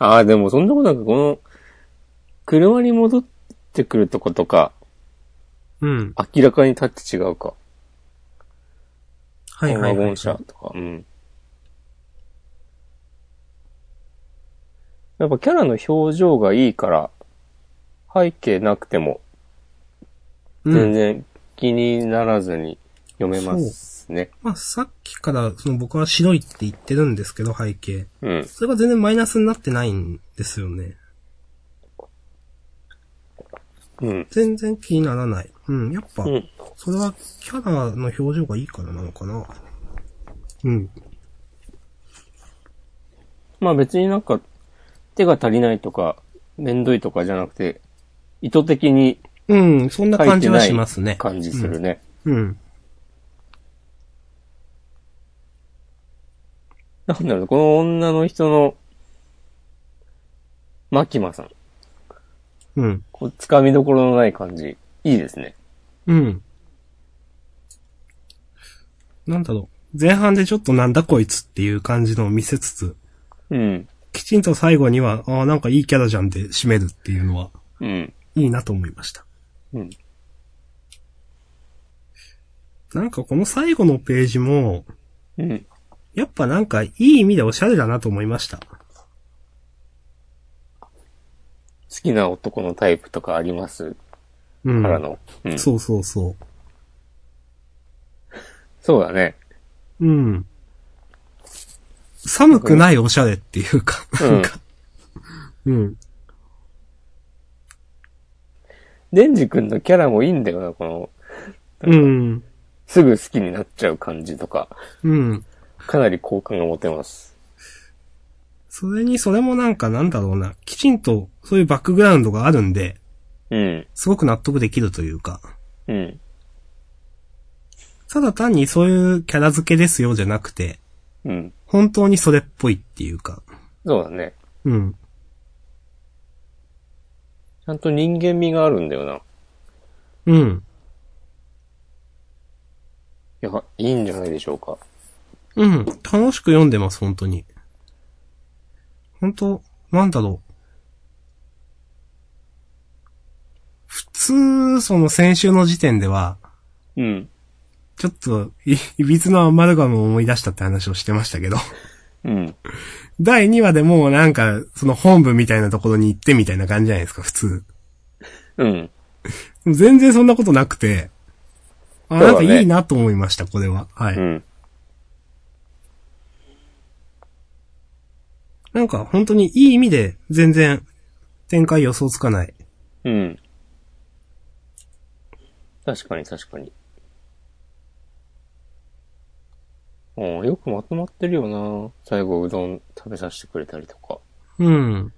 ああ、でもそんなことなく、この、車に戻ってくるとことか、うん。明らかにタッチ違うか。はいはワい、ゴはンい。車とか、うん。やっぱキャラの表情がいいから、背景なくてもう全ん。然気にならずに読めますね。まあ、さっきから、その僕は白いって言ってるんですけど、背景。うん。それが全然マイナスになってないんですよね。うん。全然気にならない。うん、やっぱ、うん。それはキャラの表情がいいからなのかな。うん。まあ別になんか手が足りないとか、めんどいとかじゃなくて、意図的にうん、そんな書い感てじはなしますいね。感じするね。うん。なんだろう、この女の人の、マキマさん。うん。こう、つかみどころのない感じ。いいですね。うん。なんだろう。前半でちょっとなんだこいつっていう感じのを見せつつ、うん。きちんと最後には、ああ、なんかいいキャラじゃんで締めるっていうのは、うん。いいなと思いました。うん。なんかこの最後のページも、うん。やっぱなんかいい意味でおしゃれだなと思いました。好きな男のタイプとかありますうん。からの。うん。そうそうそそうだね。う。うん。寒くないおしゃれっていうか、うなんんか、うん。デンジ君のキャラもいいんだよな、この、うん。すぐ好きになっちゃう感じとか、うん。かなり好感が持てます。それに、それもなんかなんだろうな、きちんとそういうバックグラウンドがあるんで、うん。すごく納得できるというか、うん。ただ単にそういうキャラ付けですよじゃなくて、うん。本当にそれっぽいっていうか、そうだね。うん。ちゃんと人間味があるんだよな。いうん。や、いいんじゃないでしょうか。うん。楽しく読んでます、本当に。本当なんだろう。普通、その先週の時点では、うん。ちょっとい、 いびつのアマルガムを思い出したって話をしてましたけど、うん。第2話でもうなんか、その本部みたいなところに行ってみたいな感じじゃないですか、普通。うん。全然そんなことなくて、そあ、うだなんねかいいなと思いました、これは。はい。うん。なんか本当にいい意味で全然展開予想つかない。うん。確かに確かに。うん、よくまとまってるよな。最後うどん食べさせてくれたりとか。うん。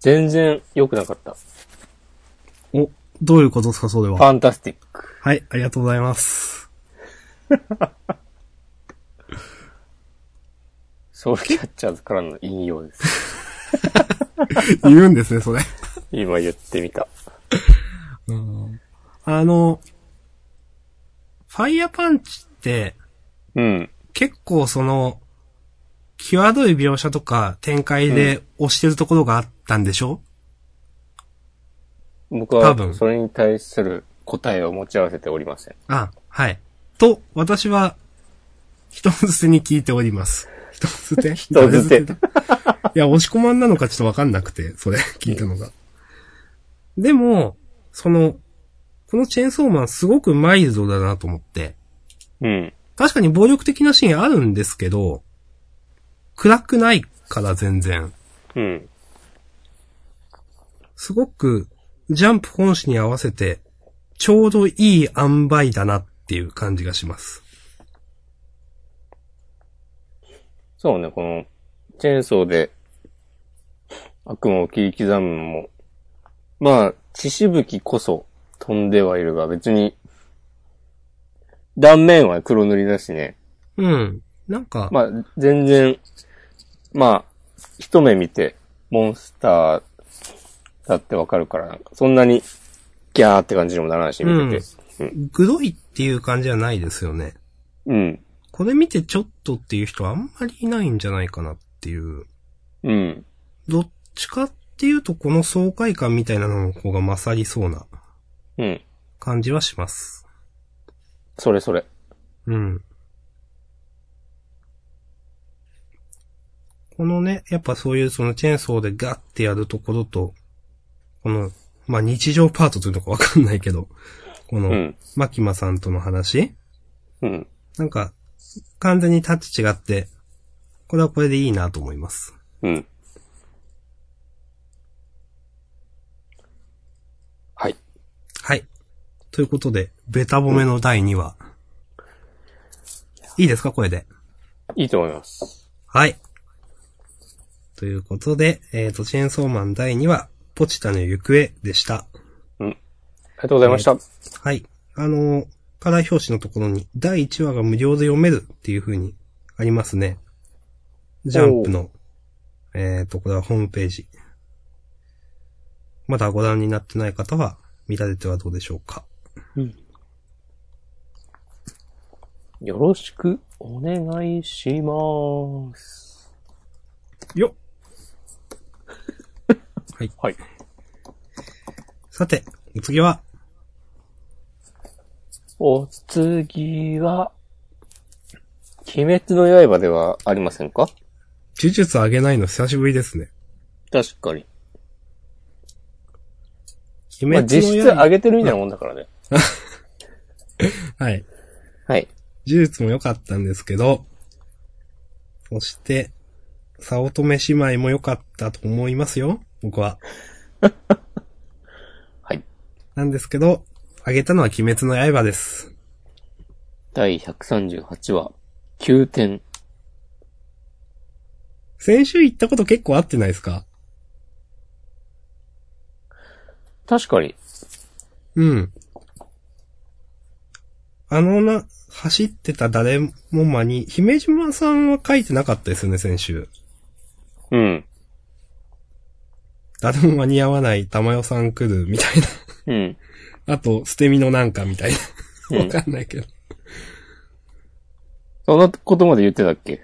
全然良くなかった。お、どういうことですか、それフは。ァンタスティック。はい、ありがとうございます。 ソウルキャッチャーズからの引用です。 言うんですね、それ。今言ってみた。あの、ファイヤーパンチって、うん。結構その、際どい描写とか展開で押してるところがあったんでしょ、僕多は分それに対する答えを持ち合わせておりません。あ、はい。と、私は、人の捨てに聞いております。人の捨て 人捨て誰だいや、押し込まんなのかちょっとわかんなくて、それ、聞いたのが。でも、その、このチェーンソーマンすごくマイルドだなと思って。うん。確かに暴力的なシーンあるんですけど、暗くないから全然。うん。すごく、ジャンプ本誌に合わせて、ちょうどいい塩梅だなっていう感じがします。そうね、この、チェーンソーで、悪魔を切り刻むのも、まあ、血しぶきこそ飛んではいるが、別に、断面は黒塗りだしね。うん。なんか、まあ、全然、まあ、一目見て、モンスターだってわかるから、なんかそんなに、ギャーって感じにもならないし、見てて。うん。グロいっていう感じはないですよね。うん。これ見てちょっとっていう人はあんまりいないんじゃないかなっていう。うん。どっちかっていうと、この爽快感みたいなのの方が勝りそうなうん。感じはします。それそれ。うん。このね、やっぱそういうそのチェーンソーでガッてやるところと、この、まあ、日常パートというのかわかんないけど、こうの、ん。マキマさんとの話うん。なんか、完全にタッチ違って、これはこれでいいなと思います。うん。はい。はい。ということで、ベタ褒めの第2話。いいですかこれで。いいと思います。はい。ということで、えっ、と、チェーンソーマン第2話、ポチタの行方でした。ありがとうございました。はい。あのー課題表紙のところに、第1話が無料で読めるっていう風にありますね。ジャンプの、えっ、と、これはホームページ。まだご覧になってない方は、見られてはどうでしょうか。よろしくお願いします。よはい。はい。さて、お次は、お次は、鬼滅の刃ではありませんか呪術あげないの久しぶりですね。確かに。鬼まあ、滅実の質刃。上げてるみたいなもんだからね。はい。はい。呪術も良かったんですけど、そして、早乙女姉妹も良かったと思いますよ、僕は。はい。なんですけど、あげたのは鬼滅の刃です。第138話、9点。先週言ったこと結構合ってないですか確かに。うん。あのな、走ってた誰も間に、姫島さんは書いてなかったですよね、先週。うん。誰も間に合わない、玉代さん来る、みたいな。 うん。あと、捨て身のなんかみたいな。うわんかんないけど。そんなことまで言ってたっけ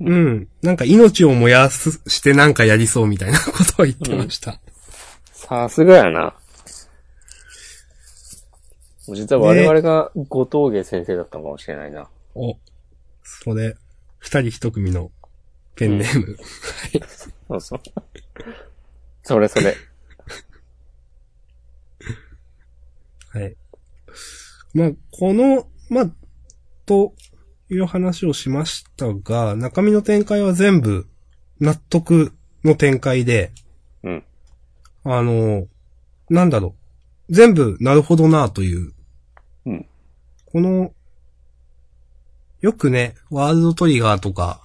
うん。なんか命を燃やす、してなんかやりそうみたいな ことを言ってました。さすがやな。実は我々が後藤芸先生だったのかもしれないな。お。それ、二人一組のペンネーム。そうそう。それそれ。はい。まあ、この、まあ、という話をしましたが、中身の展開は全部納得の展開で、うん。あの、なんだろう。全部、なるほどなという。うん。この、よくね、ワールドトリガーとか、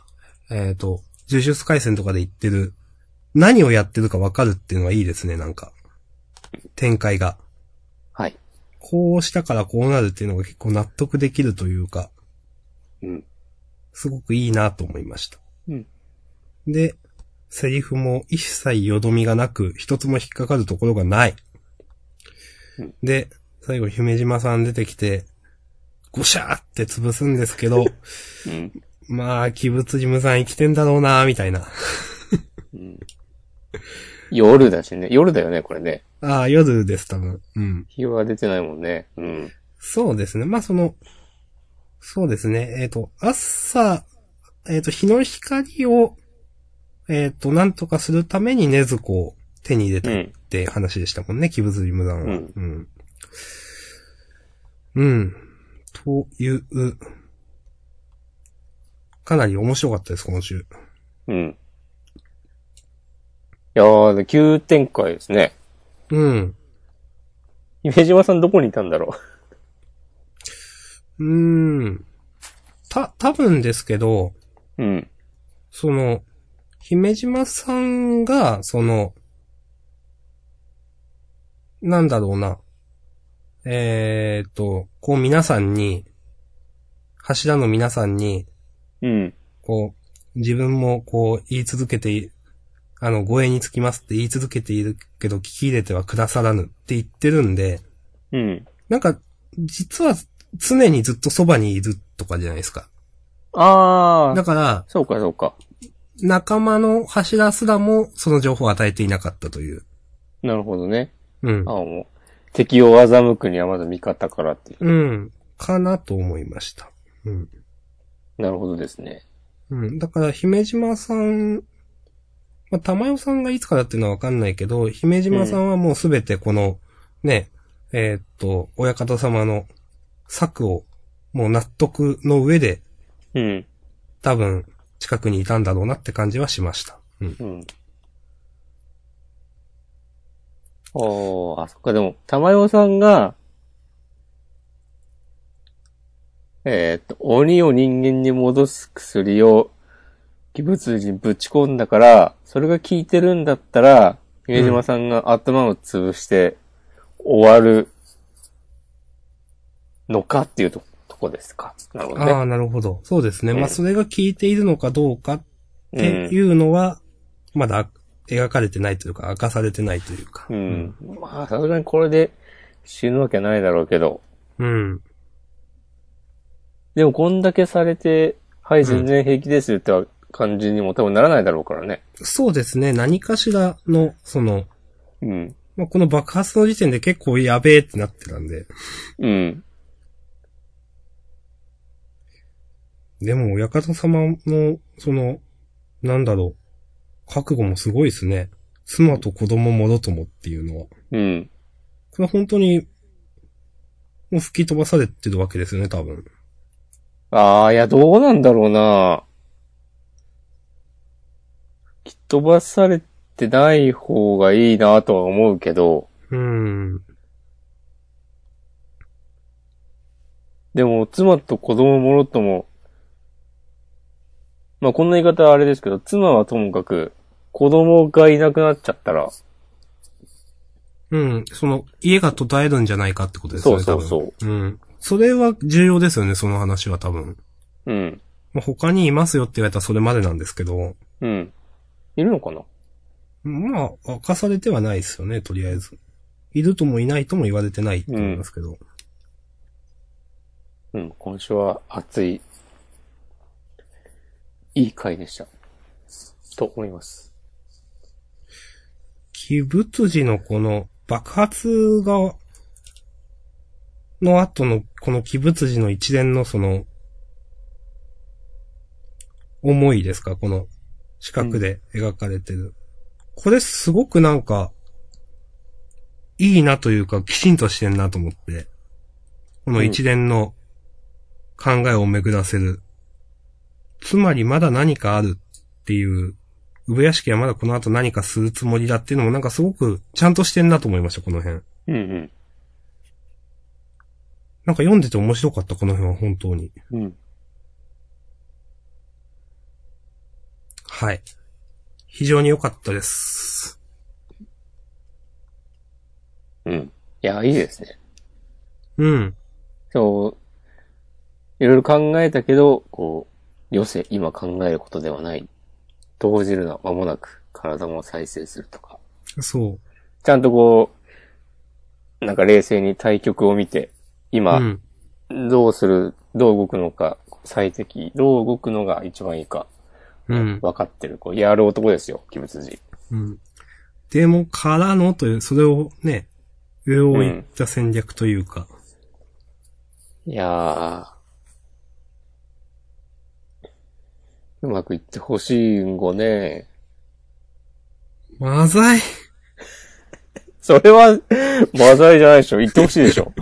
えっ、と、呪術回戦とかで言ってる、何をやってるかわかるっていうのはいいですね、なんか。展開が。はい。こうしたからこうなるっていうのが結構納得できるというか、うん。すごくいいなと思いました。うん。で、セリフも一切よどみがなく、一つも引っかかるところがない。うんで、最後、姫島さん出てきて、ゴシャーって潰すんです けど、うん。まあ、鬼物事務さん生きてんだろうなみたいな。うん、夜だしね。夜だよね、これね。ああ、夜です、多分。うん。日は出てないもんね。うん。そうですね。まあ、その、そうですね。えっ、と、朝、えっ、と、日の光を、えっ、と、なんとかするために禰豆子を手に入れうたっん。て話でしたもんね、鬼物理無断は。うんうん。うん。という、かなり面白かったです、今週。うん。いやー、で急展開ですね。うん。姫島さんどこにいたんだろうーん。た、多分ですけど、う。うん。その、姫島さんが、その、なんだろうな。えーっと、こう皆さんに、柱の皆さんに、うん。こう、自分もこう言い続けてい、あの、護衛につきますって言い続けているけど、聞き入れてはくださらぬって言ってるんで、うん。なんか、実は常にずっとそばにいるとかじゃないですか。あだあ、から、そうかそうか。仲間の柱すらもその情報を与えていなかったという。なるほどね。うんあ。あ、もう。敵を欺くにはまず味方からっていう。うん。かなと思いました。うん。なるほどですね。うん。だから、姫島さん、まあ、玉代さんがいつからっていうのはわかんないけど、姫島さんはもうすべてこの、ね、えーっと、親方様の策を、もう納得の上で、うん。多分、近くにいたんだろうなって感じはしました。うん。うん。おー、あ、そっか、でも、玉代さんが、えーっと、鬼を人間に戻す薬を、鬼物にぶち込んだから、それが効いてるんだったら、姫島さんが頭を潰して、終わる、のかっていうととこですか。なるほどあね。あ、なるほど。そうですね。まうあ、んそれが効いているのかどうかってうんいうのは、まだ描かれてないというか、明かされてないというか。うん。まあ、さすがにこれで死ぬわけないだろうけど。うん。でもこんだけされて、はい、うん全然平気ですよって感じにも多分ならないだろうからね。そうですね。何かしらの、その、うん。まあ、この爆発の時点で結構やべえってなってたんで。うん。でも、親方様の、その、なんだろう。覚悟もすごいですね。妻と子供もろともっていうのは。こうん。れは本当に、もう吹き飛ばされてるわけですよね、多分。ああ、いや、どうなんだろうな。きっとばされてない方がいいなとは思うけど、うん。でも、妻と子供もろとも、まあ、こんな言い方はあれですけど、妻はともかく、子供がいなくなっちゃったら、うん。その、家が途絶えるんじゃないかってことですそようね、そううそそう。うん。それは重要ですよね、その話は多分。う。うん。まあ、他にいますよって言われたらそれまでなんですけど、うん。いるのかなまあ、明かされてはないですよね、とりあえず。いるともいないとも言われてないと思いますけど。うん、今週は熱い、いい回でした。と思います。鬼仏寺のこの爆発が、の後のこの鬼仏寺の一連のその、思いですかこの四角で描かれてる。これすごくなんか、いいなというか、きちんとしてんなと思って。この一連の考えを巡らせる。つまりまだ何かあるっていう上屋敷はまだこの後何かするつもりだっていうのもなんかすごくちゃんとしてんなと思いました、この辺。うんなんか読んでて面白かった、この辺は本当に。うん。うん。はい。非常に良かったです。うん。いや、いいですね。うん。そう、いろいろ考えたけど、こう、よせ、今考えることではない。動じるな、間もなく、体も再生するとか。そちゃんとこう、なんか冷静に対局を見て、う。今、うん。どうする、どう動くのか、最適、どう動くのが一番いいか、うん。分かってる。こう、やる男ですよ、鬼仏寺。うん。でも、からのという、それをね、上を行った戦略というか。いやー。うまくいってほしいんごね。まざい。それは、マザイじゃないでしょ。言ってほしいでしょ。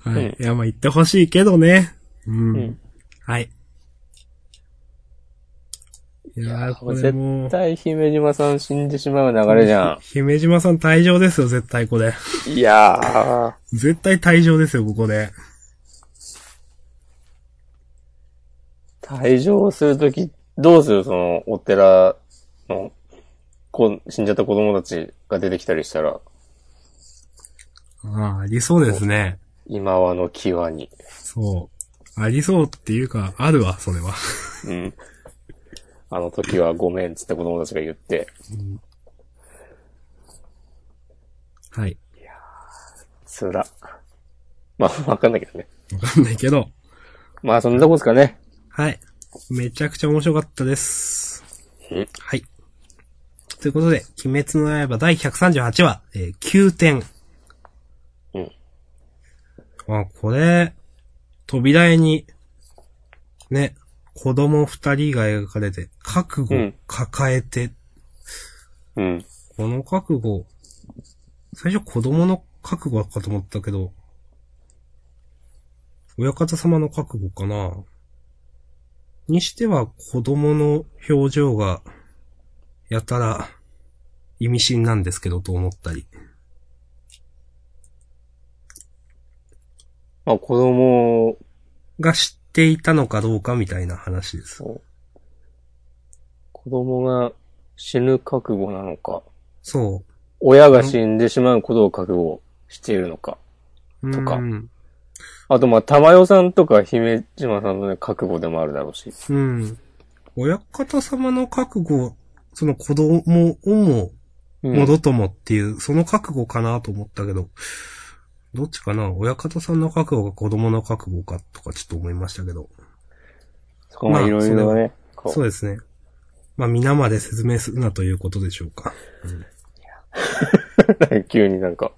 はい。うんいや、まあ言ってほしいけどね。うん。うんはい。いいややー、これ絶もう、対姫島さん死んでしまう流れじゃ姫島さん退場ですよ、絶対これ。ん。いや絶対退場ですよ、ここで。ー。退場するとき、どうするその、お寺の、こん死んじゃった子供たちが出てきたりしたら、ああ、ありそうですね。今はの際に。そう。ありそうっていうか、あるわ、それは。うん。あの時はごめんっつって子供たちが言って、はい。つら。まあ、わ かんないけどね。わかんないけど。まあ、そんなとこですかね。はい。めちゃくちゃ面白かったです。うんはい。ということで、鬼滅の刃第138話、えー9点。うん。あ、これ、扉絵に、ね、子供二人が描かれて、覚悟を抱えて、うん。この覚悟、最初子供の覚悟かと思ったけど、親方様の覚悟かなにしては子供の表情が、やたら、意味深なんですけどと思ったり。まあ、子供が知っていたのかどうかみたいな話です。子供が死ぬ覚悟なのか、そ親が死んでしまうことを覚悟しているのか。う。とかうん。あと、まあ、玉代さんとか姫島さんのね、覚悟でもあるだろうし。うん。親方様の覚悟、その子供をもうんもろともっていう、その覚悟かなと思ったけど、どっちかな親方さんの覚悟が子供の覚悟かとかちょっと思いましたけど。そこまあ、いろいろね。こそうですね。まあ皆まで説明するなということでしょうか。 う 急になんか、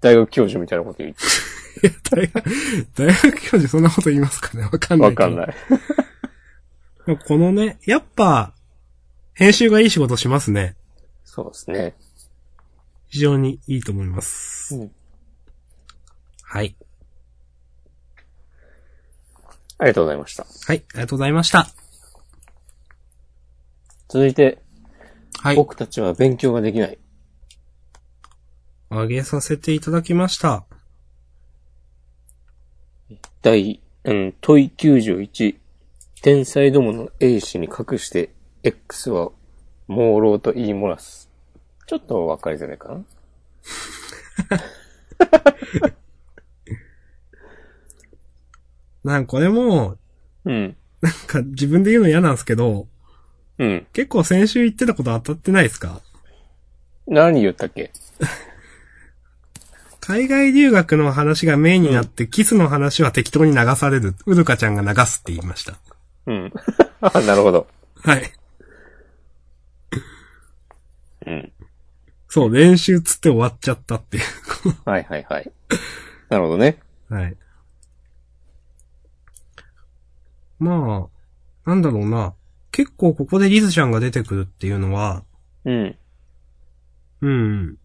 大学教授みたいなこと言って、大学、大学教授そんなこと言いますかねわかんない。わかんない。い。このね、やっぱ、編集がいい仕事しますね。そうですね。非常にいいと思います。うんはい。ありがとうございました。はい、ありがとうございました。続いて、はい。僕たちは勉強ができない。あげさせていただきました。第、うん、問い91。天才どもの A 氏に隠して X は朦朧と言い漏らす。ちょっとわかりづらいかななんかこれも、うん。なんか自分で言うの嫌なんですけど、うん。結構先週言ってたこと当たってないですか何言ったっけ海外留学の話がメインになって、キスの話は適当に流される。うるかちゃんが流すって言いました。うん。 あなるほど。はい。うん。そう、練習つって終わっちゃったっていはいはいはい。なるほどね。う。 はい。まあ、なんだろうな。結構ここでリズちゃんが出てくるっていうのは、うん。うん。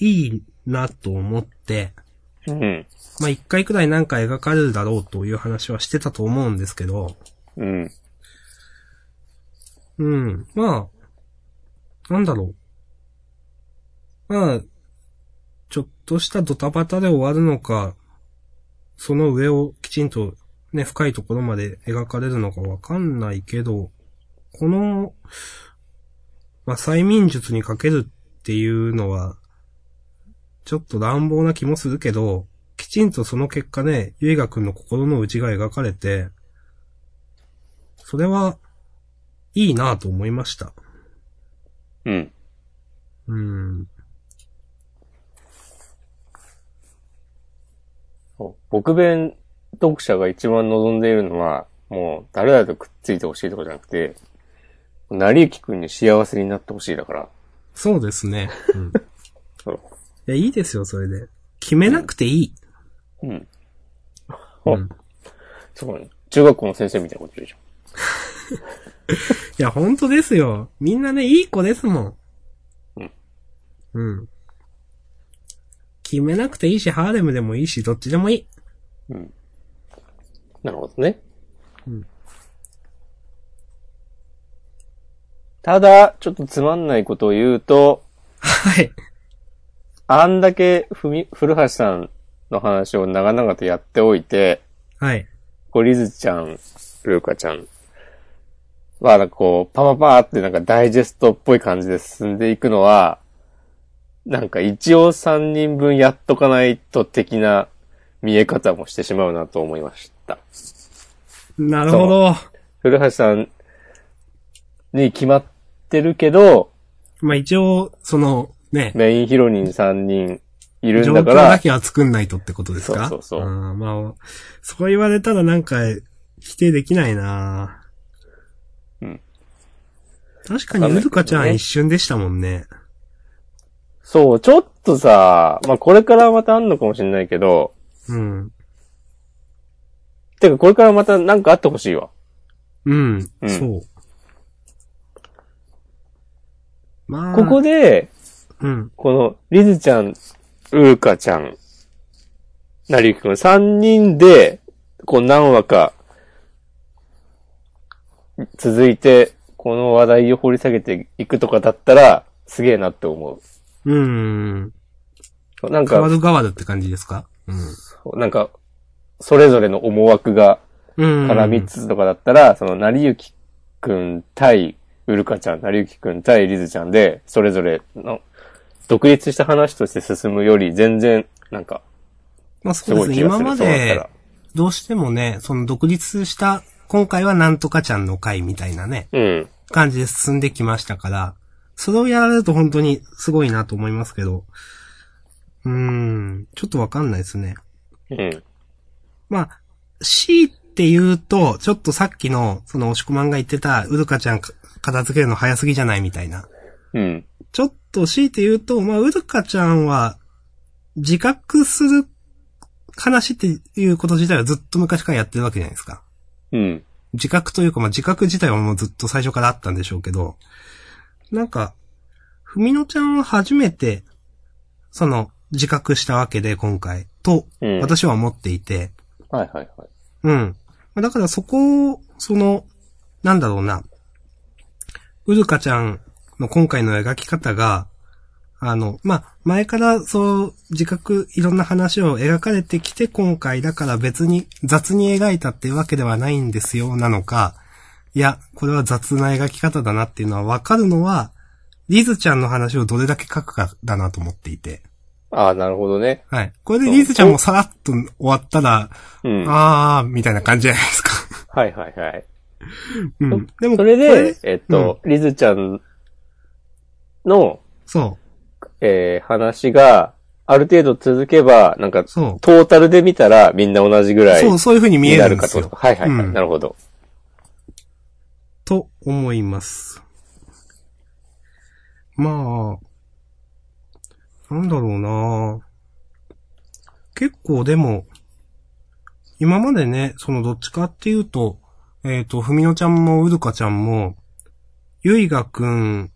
いいなと思って、うん。まあ一回くらいなんか描かれるだろうという話はしてたと思うんですけど、うん。うん。まあ、なんだろう。まあ、ちょっとしたドタバタで終わるのか、その上をきちんとね、深いところまで描かれるのかわかんないけど、この、まあ、催眠術にかけるっていうのは、ちょっと乱暴な気もするけど、きちんとその結果ね、ゆいがくんの心の内が描かれて、それは、いいなぁと思いました。うん。うん。そう僕弁読者が一番望んでいるのは、もう誰々とくっついてほしいとかじゃなくて、成幸くんに幸せになってほしいだから。そうですね。うん、いそう。や、いいですよ、それで。決めなくていい。うん。あうん、いすごいね。中学校の先生みたいなこと言うじや、本当ですよ。みんなね、いい子ですもん。うん。うん。決めなくていいし、ハーレムでもいいし、どっちでもいい。ゃん。うん。なるほどね。うん。ただ、ちょっとつまんないことを言うと、はい。あんだけふみ、古橋さんの話を長々とやっておいて、はい。こうリズちゃん、ルーカちゃん、まあなんかこう、パパパーってなんかダイジェストっぽい感じで進んでいくのは、なんか一応3人分やっとかないと的な見え方もしてしまうなと思いました。なるほど。古橋さんに決まってるけど、まあ一応、その、ね、メインヒロイン3人いる状ん況だかだら、けは作んないとってことですかそうそうそうあーまあ、そう言われたらなんか、否定できないなうん。確かに、うずかちゃん一瞬でしたもんね。そう、ちょっとさ、まあこれからまたあんのかもしれないけど、うん。てかこれからまたなんかあってほしいわ。うん。うんそう。まあ、ここで、うん。この、リズちゃん、ウーカちゃん、なりゆきくん、3人で、こう何話か、続いて、この話題を掘り下げていくとかだったら、すげえなって思うん。う。なんガワか、ドガワドって感じですかなんか、それぞれの思惑がうん。絡みつつとかだったら、その、なりゆきくん対、ウルカちゃん、なりゆきくん対リズちゃんで、それぞれの、独立した話として進むより、全然、なんか、まあそすうでごすいね。気がす今る。まそうなったでら、。どうしてもね、その独立した、今回はなんとかちゃんの回みたいなね。うん。感じで進んできましたから、それをやられると本当にすごいなと思いますけど、うーん、ちょっとわかんないですね。うん。まあ、C って言うと、ちょっとさっきの、その、おしこまんが言ってた、うるかちゃんか片付けるの早すぎじゃないみたいな。うん。ちょっと C って言うと、まあ、うるかちゃんは、自覚する話っていうこと自体はずっと昔からやってるわけじゃないですか。うん。自覚というか、まあ、自覚自体はもうずっと最初からあったんでしょうけど、なんか、ふみのちゃんは初めて、その、自覚したわけで、今回、と、うん私は思っていて、はいはいはい。うん。まあだからそこを、その、なんだろうな、うるかちゃんの今回の描き方が、あの、まあ、前からそう、自覚、いろんな話を描かれてきて、今回だから別に雑に描いたっていうわけではないんですよ、なのか、いや、これは雑な描き方だなっていうのはわかるのは、リズちゃんの話をどれだけ書くかだなと思っていて。ああ、なるほどね。はい。これでリズちゃんもさらっと終わったら、うん。はあー、みたいな感じじゃないですか。いはいはい。うん。でも、それこで、えっと、リズちゃんの、そえー話が、ある程度続けば、なんかう、、そう。トータルで見たらみんな同じぐらいそう、そういう風に見にえなるるんでかすと。よ。はいはいはい。うんなるほど。と思います。まあ、なんだろうな結構でも、今までね、そのどっちかっていうと、えっ、と、ふみのちゃんもうるかちゃんも、ゆいがくん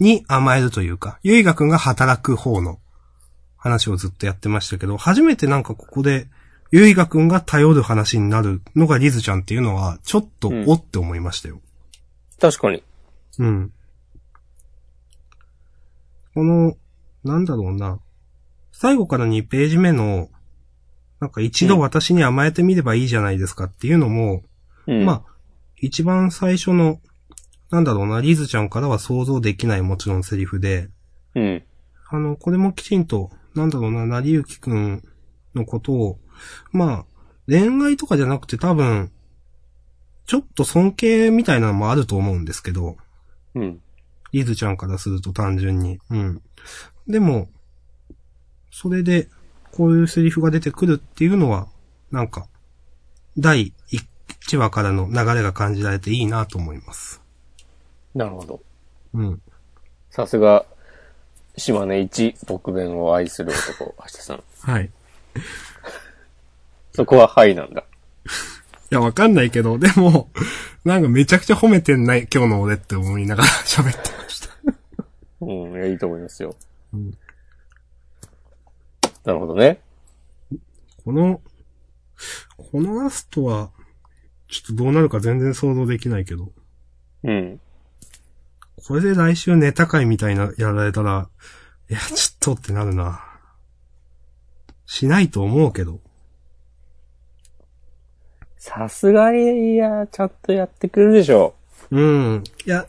に甘えるというか、ゆいがくんが働く方の話をずっとやってましたけど、初めてなんかここで、ゆいがくんが頼る話になるのがリズちゃんっていうのは、ちょっとおって思いましたよ。確かに。うん。この、なんだろうな。最後から2ページ目の、なんか一度私に甘えてみればいいじゃないですかっていうのも、うん。まあ、一番最初の、なんだろうな、リズちゃんからは想像できないもちろんセリフで、うん。あの、これもきちんと、なんだろうな、成ゆきくんのことを、まあ、恋愛とかじゃなくて多分、ちょっと尊敬みたいなのもあると思うんですけど、うん。リズちゃんからすると単純に。うん。でも、それで、こういうセリフが出てくるっていうのは、なんか、第1話からの流れが感じられていいなと思います。なるほど。うん。さすが、島根一僕弁を愛する男、橋田さん。 はい。いそこははいなんだ。や、わかんないけど、でも、 なんかめちゃくちゃ褒めてんない、今日の俺って思いながら 喋ってました。うん、いやいいと思いますよ。うんなるほどね。この、このラストは、ちょっとどうなるか全然想像できないけど。うん。これで来週ネタ会みたいなやられたら、いや、ちょっとってなるな。しないと思うけど。さすがに、いや、ちゃんとやってくれるでしょうん。いや、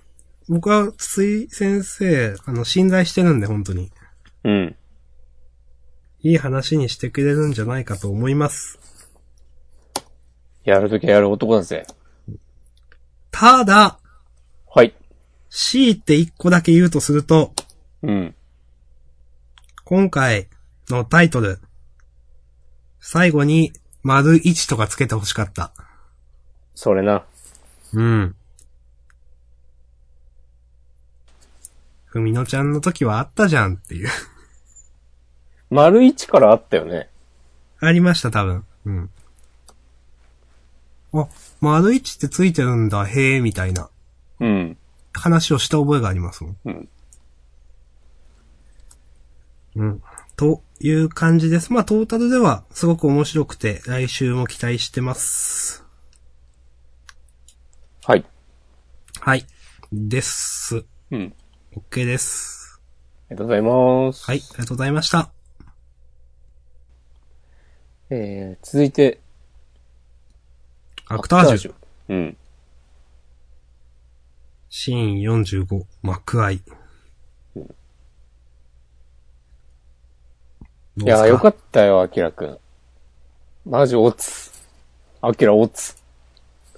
僕は、筒井先生、あの、信頼してるんで、本当に。うん。いい話にしてくれるんじゃないかと思います。やるときはやる男だぜ。ただ、はい。強いて一個だけ言うとすると、うん。今回のタイトル、最後に丸1とかつけてほしかった。それな。うん。ふみのちゃんの時はあったじゃんって いう。丸一からあったよね。ありました、多分。うん。あ、丸1ってついてるんだ、へえ、みたいなうん。話をした覚えがありますもん。うん。うん。という感じです。まあ、トータルではすごく面白くて、来週も期待してます。はい。はい。です。うん。 OK です。ありがとうございます。はい、ありがとうございました。えー、続いて、アクタージュ。ュ。うん。シーン45、幕開。いやー、よかっったよ、アキラくん。マジ、オツ。アキラ、オツ。ち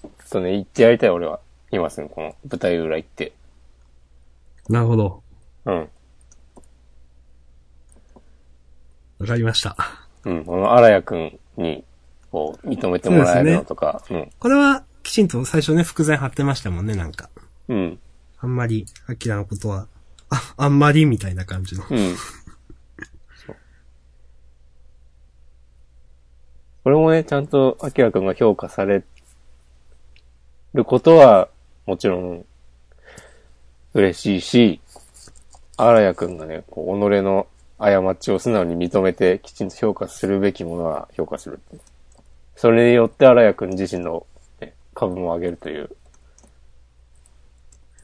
ょっとね、行ってやりたい、俺は。今すぐ、この舞台裏行って。た。なるほど。うん。わかりました。うん。この荒谷くんに、こう、認めてもらえるのとか、これは、きちんと最初ね、伏線貼ってましたもんね、なんか。うん。うん。あんまり、アキラのことは、あ、あんまりみたいな感じの。うん。そうこれもね、ちゃんと、アキラくんが評価されることは、もちろん、嬉しいし、荒谷くんがね、こう、己の過ちを素直に認めて、きちんと評価するべきものは評価する。それによって荒谷くん自身の、ね、株も上げるという、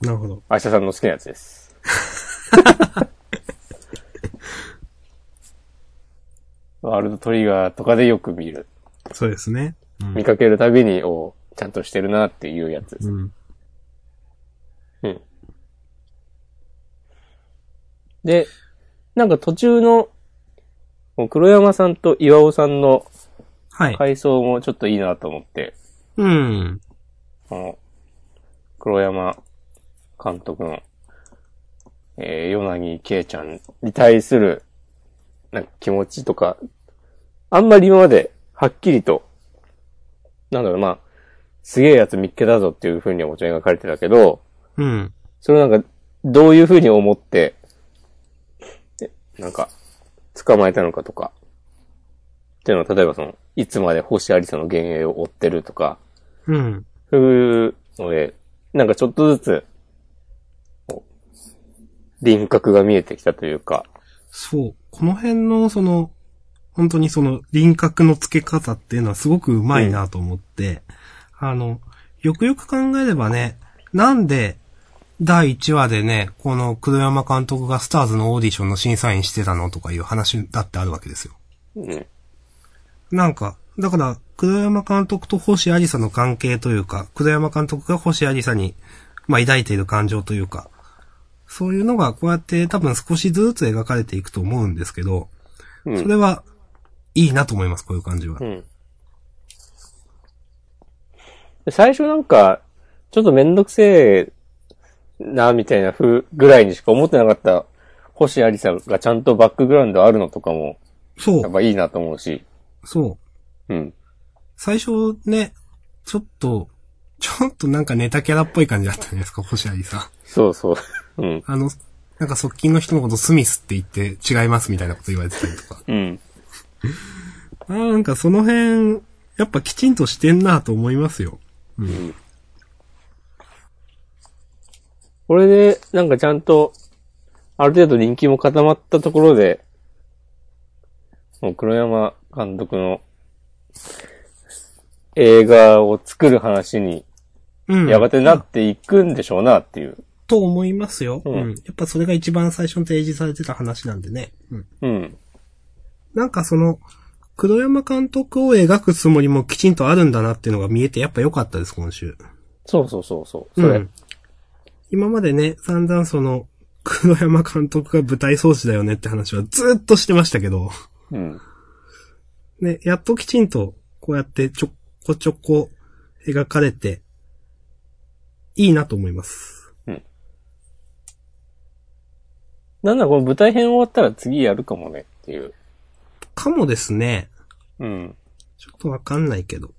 なるほど。明日さんの好きなやつ です。ワールドトリガーとかでよく見る。そうですね。うん見かけるたびに、おうちゃんとしてるなっていうやつです。うん。うん。で、なんか途中の、こう黒山さんと岩尾さんのはい。回想もちょっといいなと思って、うん。この、黒山監督の、えー、ヨナギケイちゃんに対する、なんか気持ちとか、あんまり今まで、はっきりと、なんだろう、まあ、すげえやつ見っけたぞっていう風にはもちろん描かれてたけど、うん。それをなんか、どういう風に思って、でなんか、捕まえたのかとか、っていうのは、例えばその、いつまで星ありさの幻影を追ってるとか、うん。そういうので、なんかちょっとずつ、こう輪郭が見えてきたというか、そう。この辺の、その、本当にその輪郭の付け方っていうのはすごくうまいなと思って、あの、よくよく考えればね、なんで、第1話でね、この黒山監督がスターズのオーディションの審査員してたのとかいう話だってあるわけですよ。うん、なんか、だから、黒山監督と星ありさの関係というか、黒山監督が星ありさに、まあ、抱いている感情というか、そういうのがこうやって多分少しずつ描かれていくと思うんですけど、うそん、れは、いいなと思います、こういう感じはう。ん。で最初なんか、ちょっとめんどくせえな、みたいな風ぐらいにしか思ってなかった星ありさがちゃんとバックグラウンドあるのとかも、そやっう、ぱいいなと思うし、そう。うん、最初ね、ちょっと、ちょっとなんかネタキャラっぽい感じだったじゃないですか、星ありさ。そうそう、 うん、あの、なんか側近の人のことスミスって言って違いますみたいなこと言われてたりとか。うん、あーなんかその辺、やっぱきちんとしてんなと思いますよ。これで、なんかちゃんと、ある程度人気も固まったところで、もう黒山監督の映画を作る話に、うん。やがてなっていくんでしょうなっていう。と思いますよ。うんうん。やっぱそれが一番最初に提示されてた話なんでね。うん。うん。なんかその、黒山監督を描くつもりもきちんとあるんだなっていうのが見えて、やっぱ良かったです、今週。そうそうそうそう。それ。うん今までね、散々その、黒山監督が舞台装置だよねって話はずーっとしてましたけど、うん。ね、やっときちんと、こうやってちょこちょこ描かれて、いいなと思います。なんだ、この舞台編終わったら次やるかもねっていう。かもですね、うん。ちょっとわかんないけど。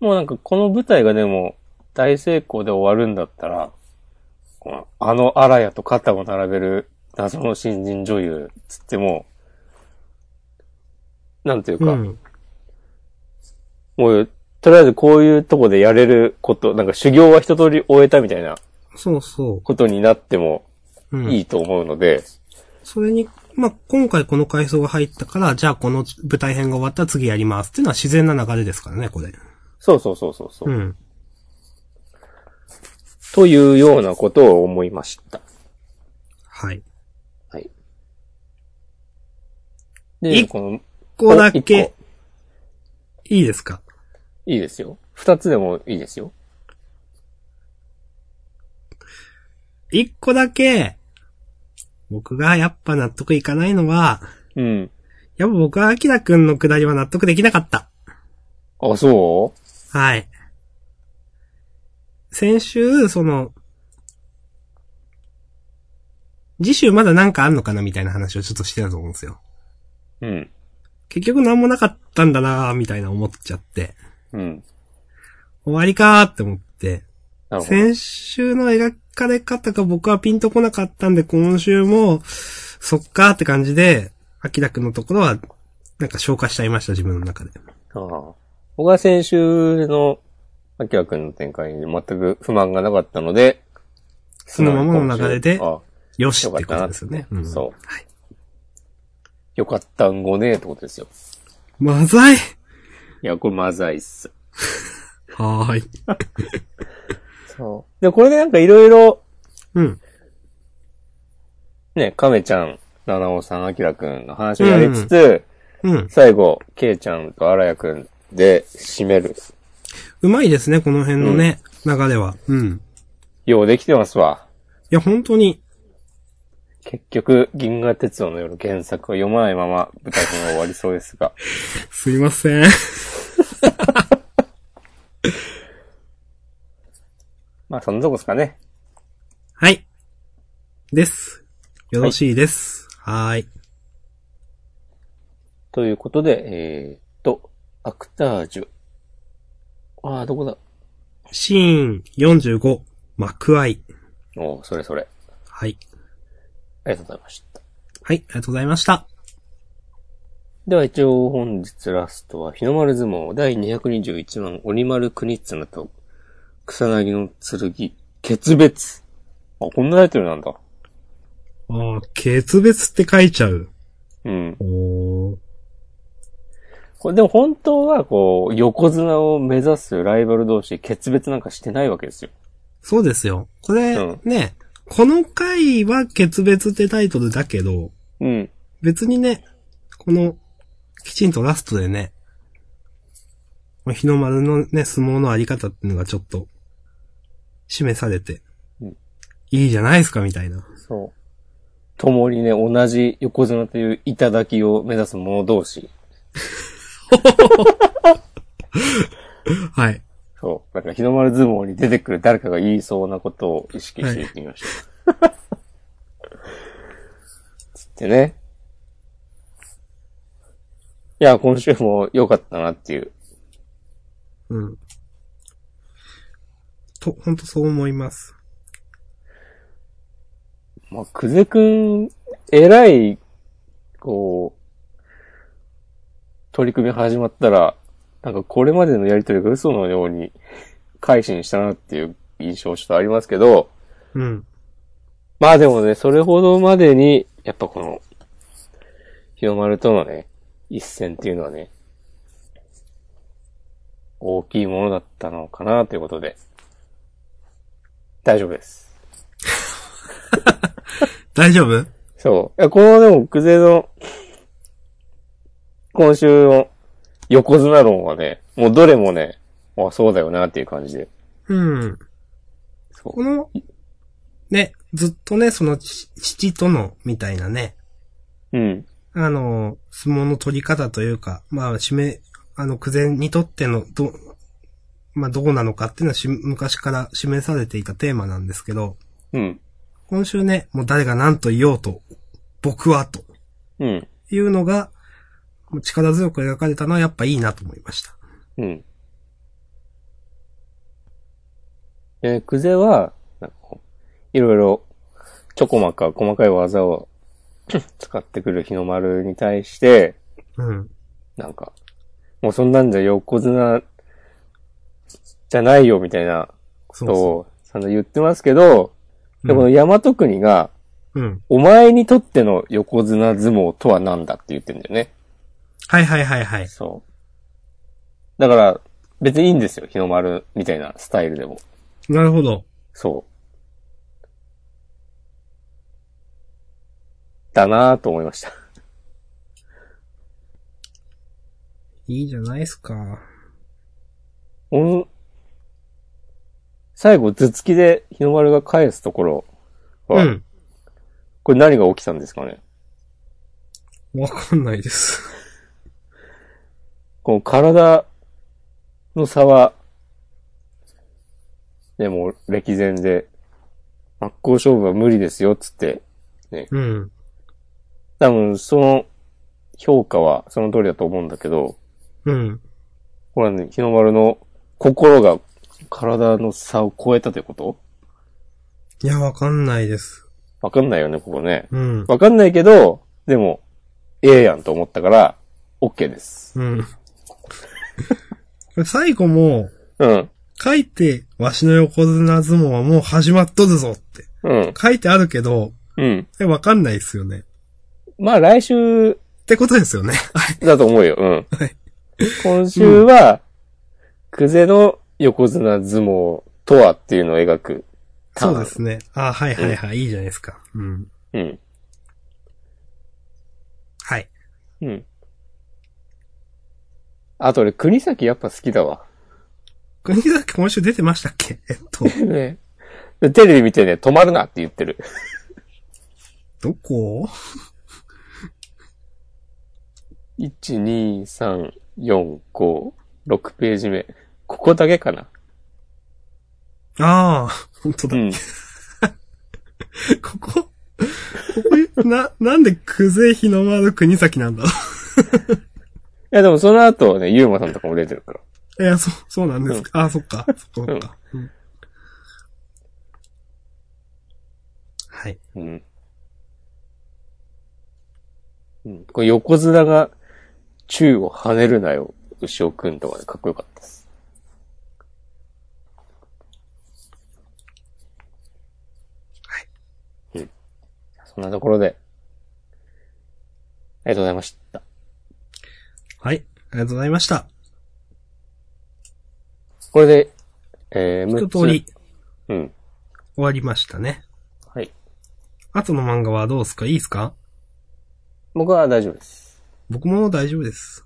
もうなんかこの舞台がでも大成功で終わるんだったら、このあのアラヤと肩を並べる謎の新人女優つっても、なんていううか、ん。もうとりあえずこういうとこでやれること、なんか修行は一通り終えたみたいなそうそことになってもう。うん。いいと思うので、それに、まあ、今回この階層が入ったから、じゃあこの舞台編が終わったら次やりますっていうのは自然な流れですからね、これ。そうそうそうそうそう、うん。というようなことを思いました。はい。はい。で、一この、ここだお一け個、いいですかいいですよ。二つでもいいですよ。一個だけ、僕がやっぱ納得いかないのは、うん。やっぱ僕はアキラくんのくだりは納得できなかった。あ、そはい。先週、その、次週まだなんかあんのかなみたいな話をちょっとしてたと思うんですよ。ううん。結局なんもなかったんだなーみたいな思っちゃって、うん。終わりかーって思って、なるほど。先週の描かれ方が僕はピンとこなかったんで、今週も、そっかーって感じで、アキラくんのところは、なんか消化しちゃいました、自分の中で。ああ僕は先週の、あきらくんの展開に全く不満がなかったので、そのままの流れで素直に今週よしってことですよね。あそう。はい。よかったんごねえってことですよ。マザイいや、これまずいっす。はーい。そう。で、これでなんかいろいろ、うん。ね、亀ちゃん、七尾さん、あきらくんの話をやりつつ、うん。最後、けいちゃんとあらやくんで締める。うまいですね、この辺のね、流れは。うん。ようできてますわ。いや、本当に、結局、銀河鉄道の夜原作を読まないまま舞台編は終わりそうですが。すいません。まあ、そんなとこですかね。はい。です。よろしいです。はーい。ということで、えー、っと、アクタージュ。ああ、どこだシーン45、幕愛。おーそれそれ。はい。ありがとうございました。はい、ありがとうございました。では一応本日ラストは、日の丸相撲第221番、鬼丸国綱と、草薙の剣、決別。あ、こんなタイトルなんだ。あー、決別って書いちゃう。うん。おー。これでも本当は、こう、横綱を目指すライバル同士、決別なんかしてないわけですよ。そうですよ。これ、うんね、この回は決別ってタイトルだけど、うん。別にね、この、きちんとラストでね、日の丸のね、相撲のあり方っていうのがちょっと、示されて、うんいいじゃないですか、みたいな。そう。共にね、同じ横綱という頂きを目指す者同士。はい。そう。だから日の丸相撲に出てくる誰かが言いそうなことを意識していってみました。 つってね。いや、今週も良かったなっていう。うん。と、ほんとそう思います。まあ、久世くん、偉い、こう、取り組み始まったら、なんかこれまでのやりとりが嘘のように、改心したなっていう印象ちょっとありますけど、うん。まあでもね、それほどまでに、やっぱこの、日の丸とのね、一戦っていうのはね、大きいものだったのかなということで、大丈夫です。大丈夫そう。いや、このでも、クゼの、今週の横綱論はね、もうどれもね、あ、そうだよなっていう感じで、うん。そこの、ね、ずっとね、その父父との、みたいなね、う。うん。あの、相撲の取り方というか、まあ、締め、あの、久前にとっての、ど、まあ、どうなのかっていうのはし、昔から示されていたテーマなんですけど、うん。今週ね、もう誰が何と言おうと、僕は、とうん。いうのが、もう力強く描かれたのはやっぱいいなと思いました。うん。えー、クゼは、なんかこういろいろ、ちょこまか細かい技を 使ってくる日の丸に対して、うん。なんか、もうそんなんじゃ横綱じゃないよみたいなこそうとそを、さんざん言ってますけど、う。でもこの大和国が、うん、うん。お前にとっての横綱相撲とは何だって言ってんだよね。はいはいはいはい。そう。だから、別にいいんですよ、日の丸みたいなスタイルでも。なるほど。そう。だなぁと思いました。いいじゃないですか。おん最後、頭突きで日の丸が返すところうは、ん。これ何が起きたんですかねわかんないです。この体の差は、でも、歴然で、真っ向勝負は無理ですよ、つって、うん。多分、その評価はその通りだと思うんだけど、うん。これはね、日の丸の心が体の差を超えたということいや、わかんないです。わかんないよね、ここね。うん。わかんないけど、でも、ええやんと思ったから、OK です。うん。 最後も、うん。書いて、わしの横綱相撲はもう始まっとるぞって。うん。書いてあるけど、うん。えわかんないですよね。まあ来週ってことですよね。だと思うよ。うん。はい今週は、クゼの横綱相撲とはっていうのを描く。そうですね。あはいはいはい、いいじゃないですか。うん。うん。はい。うん。あと俺、国崎やっぱ好きだわ。 国崎今週出てましたっけえっと、ね。でテレビ見てね、止まるなって言ってる。どこ1、2、3、4、5、6ページ目。ここだけかな。ああ、本当うだ。 ん。こ こ、ここ、な、なんで久世日の丸国崎なんだろいや、でもその後ね、ユーマさんとかも出てるから。う。いや、そう、そうなんですか。ああ、そっか。そっか、そっか。うんはい。うん。うん。これ横綱が、宙を跳ねるなよ、牛尾くんとかでかっこよかったです。はい。うん。そんなところで、ありがとうございました。はい。ありがとうございました。これで、えー、一6つ通り。うん。終わりましたね。はい。後の漫画はどうですかいいですか僕は大丈夫です。僕も大丈夫です。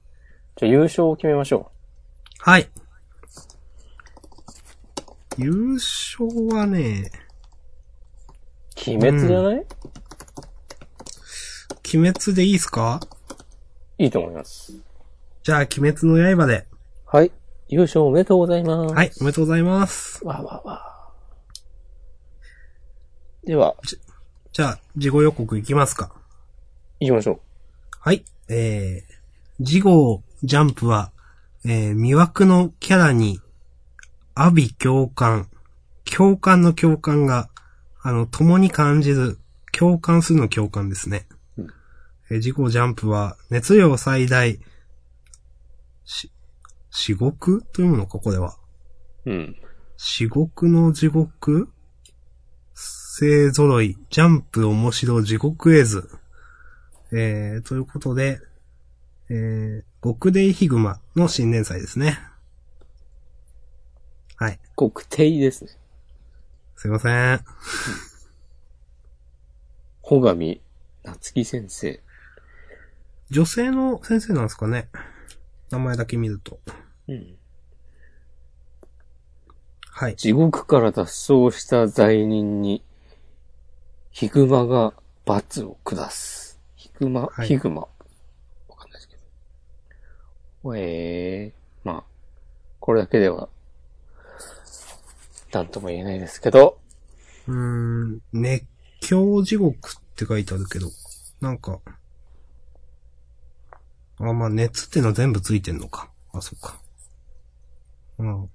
じゃあ優勝を決めましょはい。優勝はね、う。鬼滅じゃない、鬼滅でいいですかいいと思います。じゃあ、鬼滅の刃で。はい。優勝おめでとうございます。はい、おめでとうございます。わわわ。では、じゃあ、事後予告いきますか。行きましょはい。えー、次号ジャンプは、えー、魅惑のキャラに、阿鼻教官、教官の教官が、あの、共に感じる、共感するの教官ですね。うんえー、次号ジャンプは、熱量最大、し、至極というのか、これは。う。うん。至極の地獄勢揃い、ジャンプ面白地獄絵図。えー、ということで、えー、極デイヒグマの新年祭ですね。はい。国定ですね。すいません。穂上夏樹先生。女性の先生なんですかね。名前だけ見ると。うん。はい。地獄から脱走した罪人に、ヒグマが罰を下す。ヒグマ、はいヒグマ。わかんないですけど。ええまあ、これだけでは、なんとも言えないですけど、うーん、熱狂地獄って書いてあるけど、なんか、あ、まあ熱ってのは全部ついてんのか。あ、そっか。うん。ん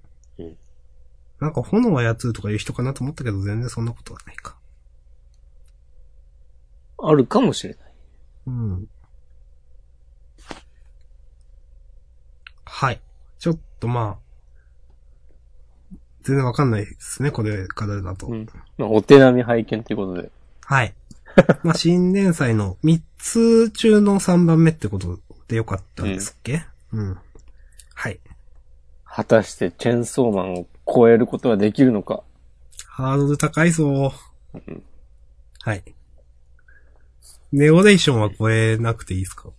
なんか炎を操るとかいう人かなと思ったけど、全然そんなことはないか。あるかもしれない。うん。はい。ちょっとまあ、全然わかんないですね、これからだと。うんまあ、お手並み拝見ということで。はい。 まあ、新年祭の3つ中の3番目ってことでよかったんですっけ、うん、はい。果たしてチェンソーマンを超えることはできるのか。ハードル高いぞうん。はい。ネオレーションは超えなくていいですか う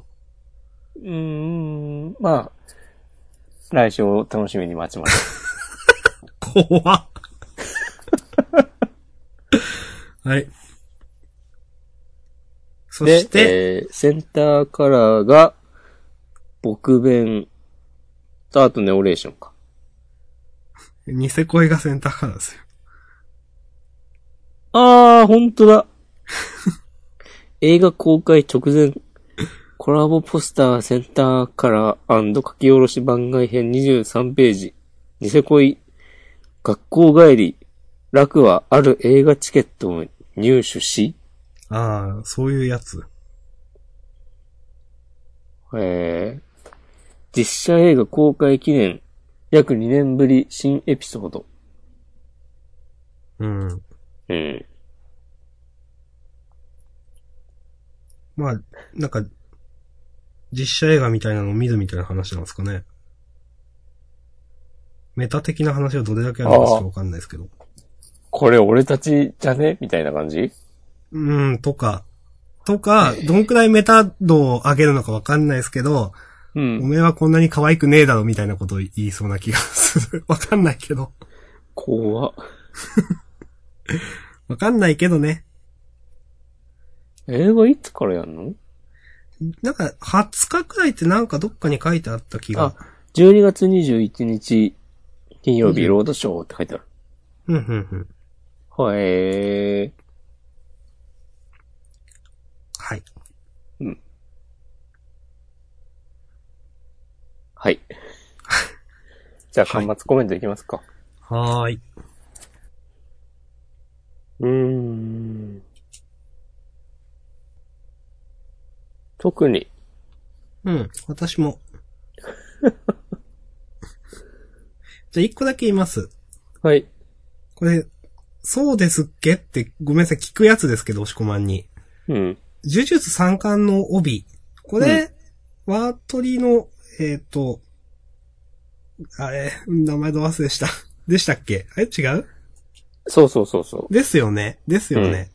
ーん、まあ、来週を楽しみに待ち ます。怖っ はい。そで、して、えーセンターカラーが、僕弁、とあとネオレーションか。ニセ恋がセンターカラーですよ。あー、ほんとだ。映画公開直前、コラボポスターセンターカラー書き下ろし番外編23ページ、ニセ恋、学校帰り、楽はある映画チケットを入手し、ああ、そういうやつ。えー実写映画公開記念、約2年ぶり新エピソード。うん。うん。まあ、なんか、実写映画みたいなのを見るみたいな話なんですかね。メタ的な話はどれだけあるのかちょっとわかんないですけど。これ俺たちじゃねみたいな感じうん、とか、とか、どんくらいメタ度を上げるのかわかんないですけど、うおん。めえはこんなに可愛くねえだろみたいなことを言いそうな気がする。わ かんないけど。怖っわかんないけどね。映画いつからやんのなんか、20日くらいってなんかどっかに書いてあった気があ。、12月21日、金曜日、うんロードショーって書いてある。うん、うん、うん。はい、えはい。はい。 じゃあ、端末コメントいきますか。はーい。うーん。特に、うん、私も。 じゃあ、一個だけ言います。はい。これ、そうですっけって、ごめんなさい、聞くやつですけど、押し込まんに。うん。呪術三冠の帯。これ、ワートリの、えっ、と、あれ、名前ど忘れした。でしたっけあれ違うそうそうそうそう。ですよね。ですよね。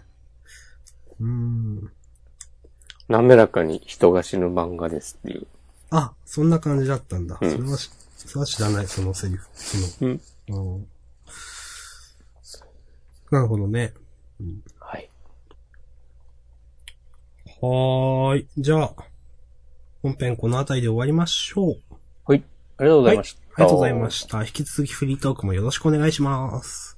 うーん。滑らかに人が死ぬ漫画ですっていう。あ、そんな感じだったんだ。うんそれはし、それは知らない、そのセリフ。その、うん。うんなるほどね。はい。はーい。じゃあ、本編この辺りで終わりましょう。はい。ありがとうござはい。いまありした。がとうございました。引き続きフリートークもよろしくお願いします。